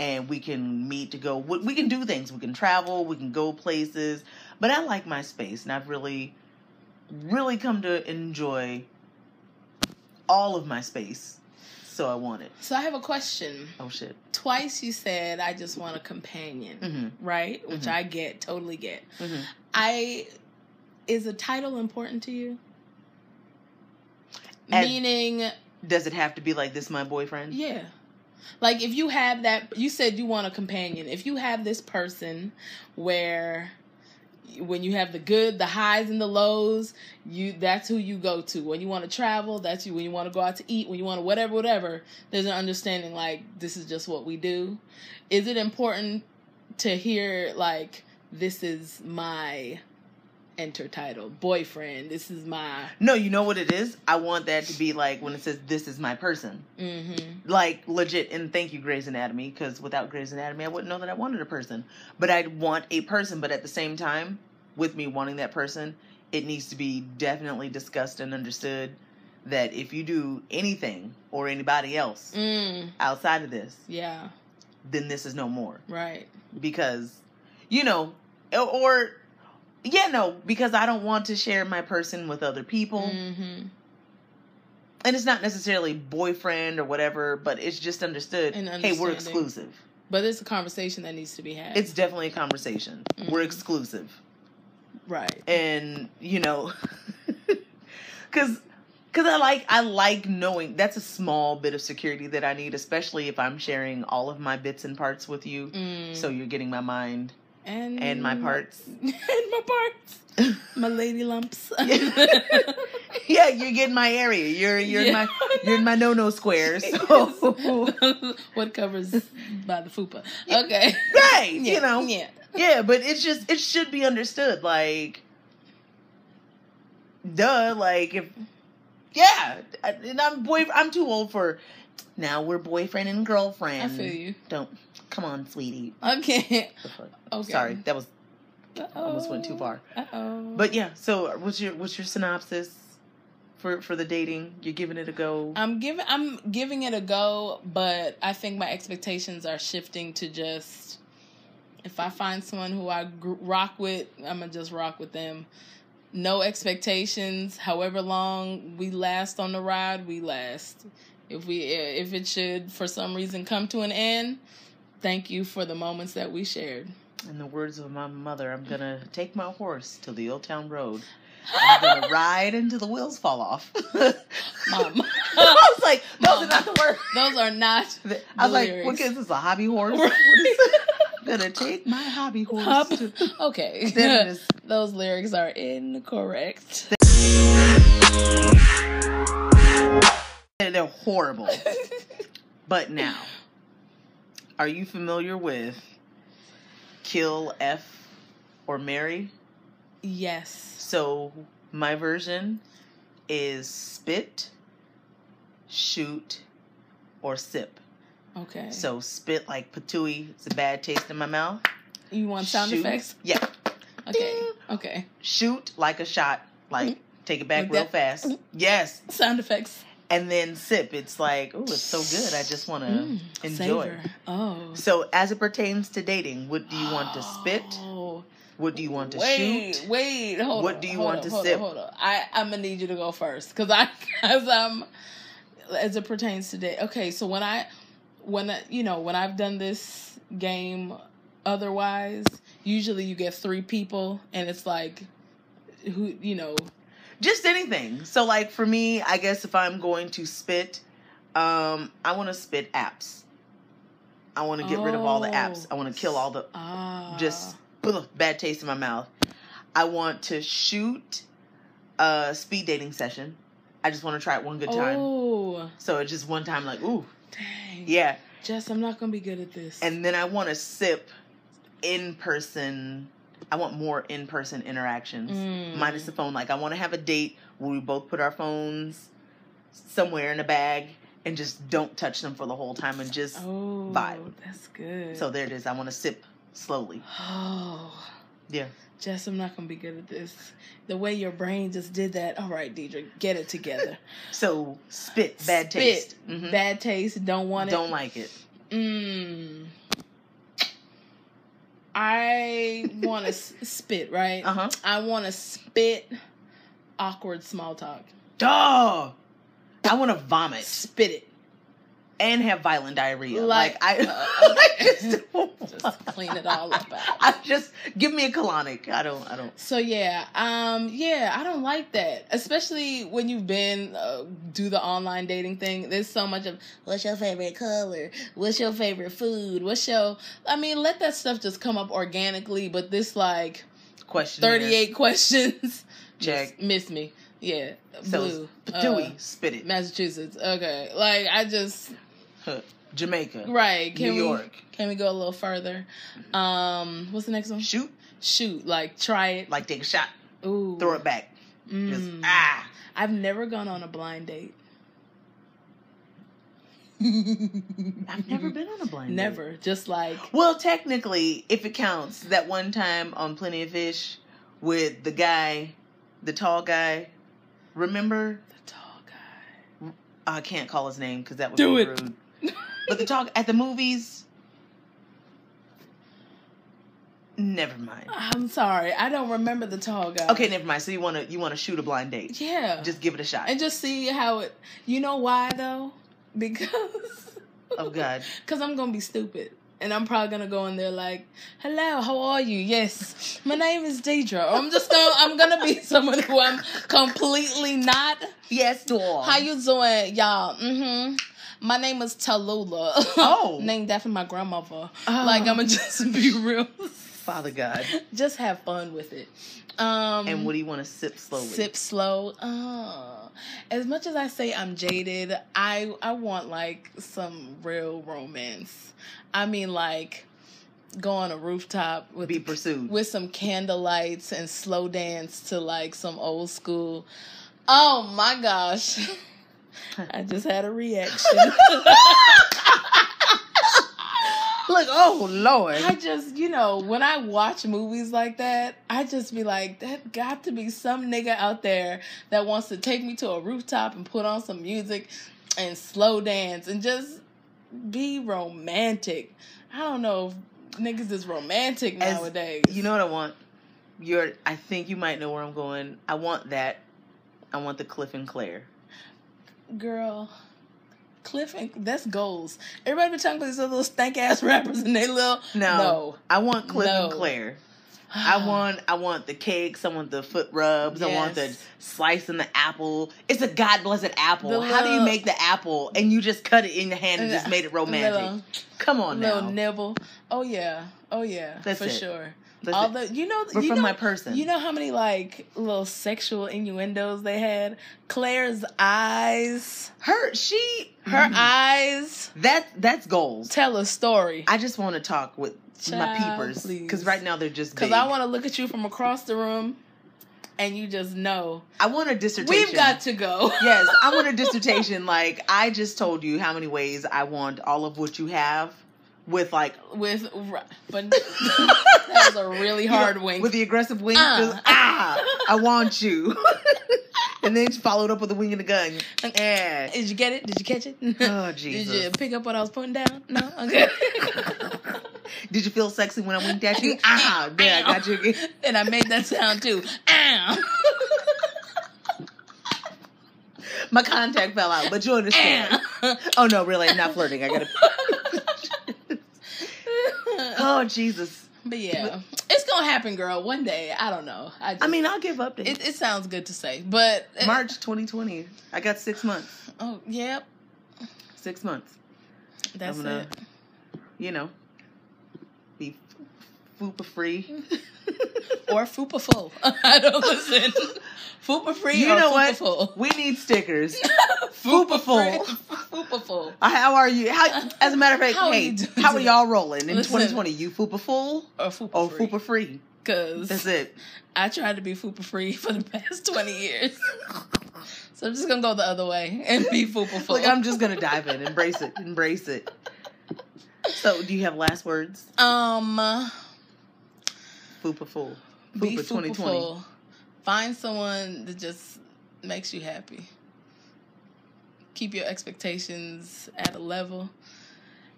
[SPEAKER 1] and we can meet to go. We, we can do things. We can travel. We can go places. But I like my space, and I've really, really come to enjoy all of my space. So I want it.
[SPEAKER 2] So I have a question.
[SPEAKER 1] Oh shit.
[SPEAKER 2] Twice you said I just want a companion,
[SPEAKER 1] Mm-hmm.
[SPEAKER 2] right? Which
[SPEAKER 1] Mhm.
[SPEAKER 2] I get, totally get.
[SPEAKER 1] Mm-hmm.
[SPEAKER 2] I is a title important to you?
[SPEAKER 1] As-
[SPEAKER 2] Meaning,
[SPEAKER 1] Does it have to be like this, my boyfriend?
[SPEAKER 2] yeah. Like if you have that you said you want a companion. If you have this person where when you have the good, the highs and the lows, you that's who you go to. When you want to travel, that's you. When you want to go out to eat, when you want to whatever, whatever, there's an understanding like this is just what we do. Is it important to hear like this is my enter title, boyfriend, this is my
[SPEAKER 1] No, you know what it is? I want that to be like when it says, This is my person.
[SPEAKER 2] mm-hmm.
[SPEAKER 1] Like, legit. And thank you, Grey's Anatomy, because without Grey's Anatomy, I wouldn't know that I wanted a person. But I'd want a person. But at the same time, with me wanting that person, it needs to be definitely discussed and understood that if you do anything or anybody else
[SPEAKER 2] mm.
[SPEAKER 1] outside of this,
[SPEAKER 2] Yeah,
[SPEAKER 1] then this is no more.
[SPEAKER 2] right.
[SPEAKER 1] because you know or, or yeah no because i don't want to share my person with other people
[SPEAKER 2] Mm-hmm.
[SPEAKER 1] and it's not necessarily boyfriend or whatever but it's just understood
[SPEAKER 2] And
[SPEAKER 1] hey we're
[SPEAKER 2] understanding.
[SPEAKER 1] exclusive
[SPEAKER 2] But it's a conversation that needs to be had.
[SPEAKER 1] it's definitely a conversation we're
[SPEAKER 2] Mhm.
[SPEAKER 1] exclusive
[SPEAKER 2] right.
[SPEAKER 1] and you know because because i like i like knowing that's a small bit of security that i need especially if i'm sharing all of my bits and parts with you
[SPEAKER 2] Mm.
[SPEAKER 1] so you're getting my mind
[SPEAKER 2] and
[SPEAKER 1] and my parts
[SPEAKER 2] and my parts, my lady lumps.
[SPEAKER 1] yeah, you're getting my area. You're you're in my you're in my no no square. So
[SPEAKER 2] what covers by the fupa? Okay,
[SPEAKER 1] right,
[SPEAKER 2] Yeah,
[SPEAKER 1] you know, yeah.
[SPEAKER 2] yeah,
[SPEAKER 1] But it's just it should be understood. Like, duh. Like if yeah, and I'm boy. I'm too old for. Now we're boyfriend and girlfriend.
[SPEAKER 2] I feel you.
[SPEAKER 1] Don't come on, sweetie.
[SPEAKER 2] Okay,
[SPEAKER 1] The fuck?
[SPEAKER 2] okay.
[SPEAKER 1] Sorry, that was almost went too far.
[SPEAKER 2] Uh oh.
[SPEAKER 1] But yeah, so what's your what's your synopsis for for the dating? You're giving it a go.
[SPEAKER 2] I'm giving I'm giving it a go, but I think my expectations are shifting to just if I find someone who I gr- rock with, I'm gonna just rock with them. No expectations. However long we last on the ride, we last. If we if it should for some reason come to an end, thank you for the moments that we shared.
[SPEAKER 1] In the words of my mother, I'm gonna take my horse to the old town road. I'm gonna ride until the wheels fall off. I
[SPEAKER 2] Mom,
[SPEAKER 1] was like, those are
[SPEAKER 2] Mom.
[SPEAKER 1] not the words.
[SPEAKER 2] those are not
[SPEAKER 1] I was like,
[SPEAKER 2] lyrics.
[SPEAKER 1] what is this? A hobby horse? What is I'm gonna take my hobby horse
[SPEAKER 2] Hobby-
[SPEAKER 1] to
[SPEAKER 2] okay.
[SPEAKER 1] Then it's-
[SPEAKER 2] Those lyrics are incorrect.
[SPEAKER 1] They're horrible. But now, are you familiar with kill F or marry?
[SPEAKER 2] Yes.
[SPEAKER 1] So my version is spit, shoot, or sip.
[SPEAKER 2] Okay.
[SPEAKER 1] So spit like patooey, it's a bad taste in my mouth.
[SPEAKER 2] you want sound
[SPEAKER 1] Shoot.
[SPEAKER 2] effects?
[SPEAKER 1] Yeah.
[SPEAKER 2] Okay.
[SPEAKER 1] Ding.
[SPEAKER 2] Okay.
[SPEAKER 1] Shoot like a shot, like take it back
[SPEAKER 2] Mm-hmm. Like
[SPEAKER 1] real
[SPEAKER 2] that. Mm-hmm.
[SPEAKER 1] fast. Yes.
[SPEAKER 2] Sound effects.
[SPEAKER 1] And then sip, it's like, oh, it's so good. I just want to.
[SPEAKER 2] Mm,
[SPEAKER 1] Uh, enjoy.
[SPEAKER 2] Savor. Oh.
[SPEAKER 1] So as it pertains to dating, what do you want to spit?
[SPEAKER 2] Oh.
[SPEAKER 1] What do you want to
[SPEAKER 2] wait,
[SPEAKER 1] shoot?
[SPEAKER 2] Wait, hold
[SPEAKER 1] What
[SPEAKER 2] on,
[SPEAKER 1] do you
[SPEAKER 2] hold
[SPEAKER 1] want
[SPEAKER 2] on,
[SPEAKER 1] to
[SPEAKER 2] hold
[SPEAKER 1] sip?
[SPEAKER 2] On, hold on. I, I'm gonna need you to go first because I, as um, as it pertains to date. Okay, so when I, when I, you know, when I've done this game, otherwise, usually you get three people, and it's like, who, you know,
[SPEAKER 1] Just anything. So like for me, I guess if I'm going to spit, um, I want to spit apps. I want to get rid of all the apps. I
[SPEAKER 2] Oh.
[SPEAKER 1] want to kill all the
[SPEAKER 2] ah,
[SPEAKER 1] just ugh, bad taste in my mouth. I want to shoot a speed dating session. I just want to try it one good time.
[SPEAKER 2] Oh,
[SPEAKER 1] So it's just one time, like ooh,
[SPEAKER 2] dang.
[SPEAKER 1] yeah.
[SPEAKER 2] Jess, I'm not gonna be good at this.
[SPEAKER 1] and then I want to sip in person. I want more in person interactions,
[SPEAKER 2] Mm.
[SPEAKER 1] minus the phone. Like I want to have a date where we both put our phones somewhere in a bag and just don't touch them for the whole time and just.
[SPEAKER 2] oh,
[SPEAKER 1] vibe.
[SPEAKER 2] That's good.
[SPEAKER 1] So there it is. I want to sip slowly.
[SPEAKER 2] Oh.
[SPEAKER 1] Yeah.
[SPEAKER 2] Jess, I'm not gonna be good at this. The way your brain just did that. All right, Deidre, get it together.
[SPEAKER 1] So spit, bad
[SPEAKER 2] Spit.
[SPEAKER 1] taste. Mhm.
[SPEAKER 2] Bad taste, don't want it.
[SPEAKER 1] Don't like it.
[SPEAKER 2] Mmm. I want to s- spit, right?
[SPEAKER 1] Uh huh.
[SPEAKER 2] I want to spit awkward small talk.
[SPEAKER 1] Duh. I want to vomit
[SPEAKER 2] Spit it.
[SPEAKER 1] and have violent diarrhea. Like,
[SPEAKER 2] Like,
[SPEAKER 1] I,
[SPEAKER 2] uh,
[SPEAKER 1] I just,
[SPEAKER 2] Just clean it all up out.
[SPEAKER 1] I just give me a colonic. I don't. I don't.
[SPEAKER 2] So yeah, um, yeah, I don't like that, especially when you've been uh, do the online dating thing. There's so much of what's your favorite color, what's your favorite food, what's your. I mean, let that stuff just come up organically, but this like
[SPEAKER 1] Question.
[SPEAKER 2] 38 questions
[SPEAKER 1] Check.
[SPEAKER 2] just miss me. Yeah,
[SPEAKER 1] So
[SPEAKER 2] blue,
[SPEAKER 1] Patooey,
[SPEAKER 2] uh,
[SPEAKER 1] spit it.
[SPEAKER 2] Massachusetts. Okay, like I just
[SPEAKER 1] Jamaica,
[SPEAKER 2] right. Can
[SPEAKER 1] New
[SPEAKER 2] we
[SPEAKER 1] York.
[SPEAKER 2] can we go a little further? Um, what's the next one?
[SPEAKER 1] Shoot,
[SPEAKER 2] Shoot, like try it.
[SPEAKER 1] like take a shot,
[SPEAKER 2] Ooh,
[SPEAKER 1] throw it back. Just
[SPEAKER 2] Mm.
[SPEAKER 1] ah.
[SPEAKER 2] I've never gone on a blind date.
[SPEAKER 1] I've never been on a blind. date.
[SPEAKER 2] Never. Just like
[SPEAKER 1] Well, technically, if it counts, that one time on Plenty of Fish with the guy, the tall guy. Remember, Oh,
[SPEAKER 2] the tall guy.
[SPEAKER 1] I can't call his name because that would
[SPEAKER 2] Do
[SPEAKER 1] be
[SPEAKER 2] it.
[SPEAKER 1] rude. But the talk at the movies. Never mind.
[SPEAKER 2] I'm sorry. I don't remember the tall guy.
[SPEAKER 1] Okay, never mind. So you want to you want to shoot a blind date?
[SPEAKER 2] Yeah.
[SPEAKER 1] Just give it a shot.
[SPEAKER 2] and just see how it you know why though? Because
[SPEAKER 1] Oh God,
[SPEAKER 2] Cause I'm gonna be stupid. And I'm probably gonna go in there like, "Hello, how are you? Yes, my name is Deidre." Or I'm just gonna, I'm gonna be someone who I'm completely not.
[SPEAKER 1] yes, door.
[SPEAKER 2] How you doing, y'all? Mm-hmm. My name is Tallulah.
[SPEAKER 1] Oh.
[SPEAKER 2] Named after my grandmother.
[SPEAKER 1] Oh.
[SPEAKER 2] Like I'ma just be real.
[SPEAKER 1] Father God.
[SPEAKER 2] just have fun with it. Um
[SPEAKER 1] And what do you want to sip slowly?
[SPEAKER 2] sip slow. Uh, as much as I say I'm jaded, I I want like some real romance. I mean like go on a rooftop with
[SPEAKER 1] Be
[SPEAKER 2] the-
[SPEAKER 1] pursued.
[SPEAKER 2] with some candle lights and slow dance to like some old school. Oh my gosh. I just had a reaction.
[SPEAKER 1] Look, oh Lord.
[SPEAKER 2] I just, you know, when I watch movies like that, I just be like, that got to be some nigga out there that wants to take me to a rooftop and put on some music and slow dance and just be romantic. I don't know if niggas is romantic
[SPEAKER 1] As-
[SPEAKER 2] nowadays.
[SPEAKER 1] You know what I want? You're. I think you might know where I'm going. I want that. I want the Cliff and Claire.
[SPEAKER 2] girl. Cliff and that's goals. Everybody been talking about these other little stank ass rappers and they little
[SPEAKER 1] No.
[SPEAKER 2] no.
[SPEAKER 1] I want Cliff and
[SPEAKER 2] No.
[SPEAKER 1] Claire. I want. I want the cakes. I want the foot rubs. I want the
[SPEAKER 2] Yes.
[SPEAKER 1] slicing the apple. It's a God blessed apple.
[SPEAKER 2] The
[SPEAKER 1] How do you
[SPEAKER 2] little-
[SPEAKER 1] make the apple and you just cut it in your hand and
[SPEAKER 2] Uh,
[SPEAKER 1] just made it romantic?
[SPEAKER 2] little,
[SPEAKER 1] Come on
[SPEAKER 2] little
[SPEAKER 1] now.
[SPEAKER 2] nibble. Oh yeah, oh yeah,
[SPEAKER 1] That's
[SPEAKER 2] for
[SPEAKER 1] it.
[SPEAKER 2] sure.
[SPEAKER 1] Listen,
[SPEAKER 2] Although you know,
[SPEAKER 1] but
[SPEAKER 2] you
[SPEAKER 1] from
[SPEAKER 2] know,
[SPEAKER 1] my person.
[SPEAKER 2] you know how many like little sexual innuendos they had. Claire's eyes,
[SPEAKER 1] her she
[SPEAKER 2] her
[SPEAKER 1] Mm.
[SPEAKER 2] eyes
[SPEAKER 1] that that's goals.
[SPEAKER 2] tell a story.
[SPEAKER 1] I just want to talk with my
[SPEAKER 2] Child,
[SPEAKER 1] peepers
[SPEAKER 2] please.
[SPEAKER 1] because right now they're just
[SPEAKER 2] Because
[SPEAKER 1] because
[SPEAKER 2] I want to look at you from across the room, and you just know
[SPEAKER 1] I want a dissertation.
[SPEAKER 2] we've got to go.
[SPEAKER 1] yes, I want a dissertation. Like I just told you how many ways I want all of what you have with like
[SPEAKER 2] With r- but that was a really
[SPEAKER 1] you know,
[SPEAKER 2] hard wink.
[SPEAKER 1] with the aggressive wing.
[SPEAKER 2] Uh.
[SPEAKER 1] just, ah, I want you. and then she followed up with a wing and a gun. Yeah.
[SPEAKER 2] Did you get it? Did you catch it?
[SPEAKER 1] Oh
[SPEAKER 2] Did
[SPEAKER 1] Jesus!
[SPEAKER 2] you pick up what I was putting down? No. Okay.
[SPEAKER 1] Did you feel sexy when I winked at you? Ah, there I got you again.
[SPEAKER 2] and I made that sound too. Ow.
[SPEAKER 1] My contact fell out, but you understand.
[SPEAKER 2] Ow.
[SPEAKER 1] Oh no, really? Not flirting. I gotta. Oh Jesus!
[SPEAKER 2] but yeah, it's gonna happen, girl. One day. I don't know. I, just,
[SPEAKER 1] I mean, I'll give up to
[SPEAKER 2] it, it sounds good to say, but uh,
[SPEAKER 1] March 2020. I got six months.
[SPEAKER 2] Oh, yep.
[SPEAKER 1] Six months.
[SPEAKER 2] That's
[SPEAKER 1] I'm gonna-
[SPEAKER 2] it.
[SPEAKER 1] You know, be fupa free.
[SPEAKER 2] Or fupa full. I don't listen. Fupa free.
[SPEAKER 1] You
[SPEAKER 2] or
[SPEAKER 1] know
[SPEAKER 2] fupa
[SPEAKER 1] what?
[SPEAKER 2] Full.
[SPEAKER 1] We need stickers. Fupa
[SPEAKER 2] Fupa full.
[SPEAKER 1] full.
[SPEAKER 2] Fupa full.
[SPEAKER 1] Uh, How are you? How, as a matter of fact,
[SPEAKER 2] How are
[SPEAKER 1] hey,
[SPEAKER 2] you doing
[SPEAKER 1] how are
[SPEAKER 2] today?
[SPEAKER 1] y'all rolling in
[SPEAKER 2] Listen.
[SPEAKER 1] 2020? You fupa full
[SPEAKER 2] Or fupa
[SPEAKER 1] or
[SPEAKER 2] free.
[SPEAKER 1] Oh, fupa free? That's
[SPEAKER 2] Cause
[SPEAKER 1] it.
[SPEAKER 2] I tried to be fupa free for the past twenty years, so I'm just gonna go the other way and be fupa full.
[SPEAKER 1] Like I'm just gonna dive in, embrace it, embrace it. So, do you have last words?
[SPEAKER 2] um,
[SPEAKER 1] Fupa full.
[SPEAKER 2] be
[SPEAKER 1] Fupa
[SPEAKER 2] fupa
[SPEAKER 1] 2020.
[SPEAKER 2] full. Find someone that just makes you happy. Keep your expectations at a level,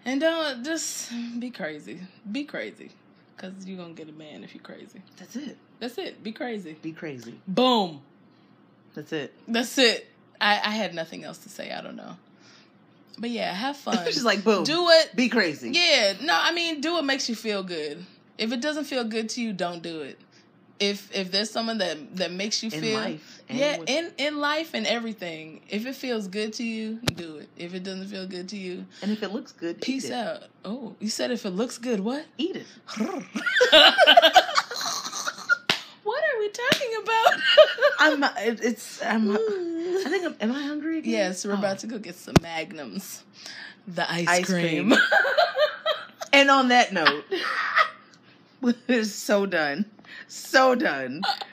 [SPEAKER 2] and don't just be crazy. Be crazy, cause you're gonna get a man if you're crazy.
[SPEAKER 1] That's it.
[SPEAKER 2] That's it. Be crazy.
[SPEAKER 1] Be crazy.
[SPEAKER 2] Boom.
[SPEAKER 1] That's it.
[SPEAKER 2] That's it. I, I had nothing else to say. I don't know. But yeah, have fun.
[SPEAKER 1] She's like, oh. boom.
[SPEAKER 2] do it.
[SPEAKER 1] Be crazy.
[SPEAKER 2] Yeah. No, I mean, do what makes you feel good. If it doesn't feel good to you, don't do it. If if there's someone that that makes you
[SPEAKER 1] In
[SPEAKER 2] feel
[SPEAKER 1] life. and
[SPEAKER 2] yeah
[SPEAKER 1] with-
[SPEAKER 2] in in life and everything, if it feels good to you, do it. If it doesn't feel good to you,
[SPEAKER 1] and if it looks good,
[SPEAKER 2] peace
[SPEAKER 1] eat it.
[SPEAKER 2] out. Oh, you said if it looks good, what?
[SPEAKER 1] Eat it.
[SPEAKER 2] what are we talking about?
[SPEAKER 1] I'm. uh, it- It's. I'm. uh, I think. I'm, am I hungry? Again?
[SPEAKER 2] Yes, we're
[SPEAKER 1] Oh.
[SPEAKER 2] about to go get some magnums. The ice,
[SPEAKER 1] Ice
[SPEAKER 2] cream.
[SPEAKER 1] cream. And on that note, we're so done. So done.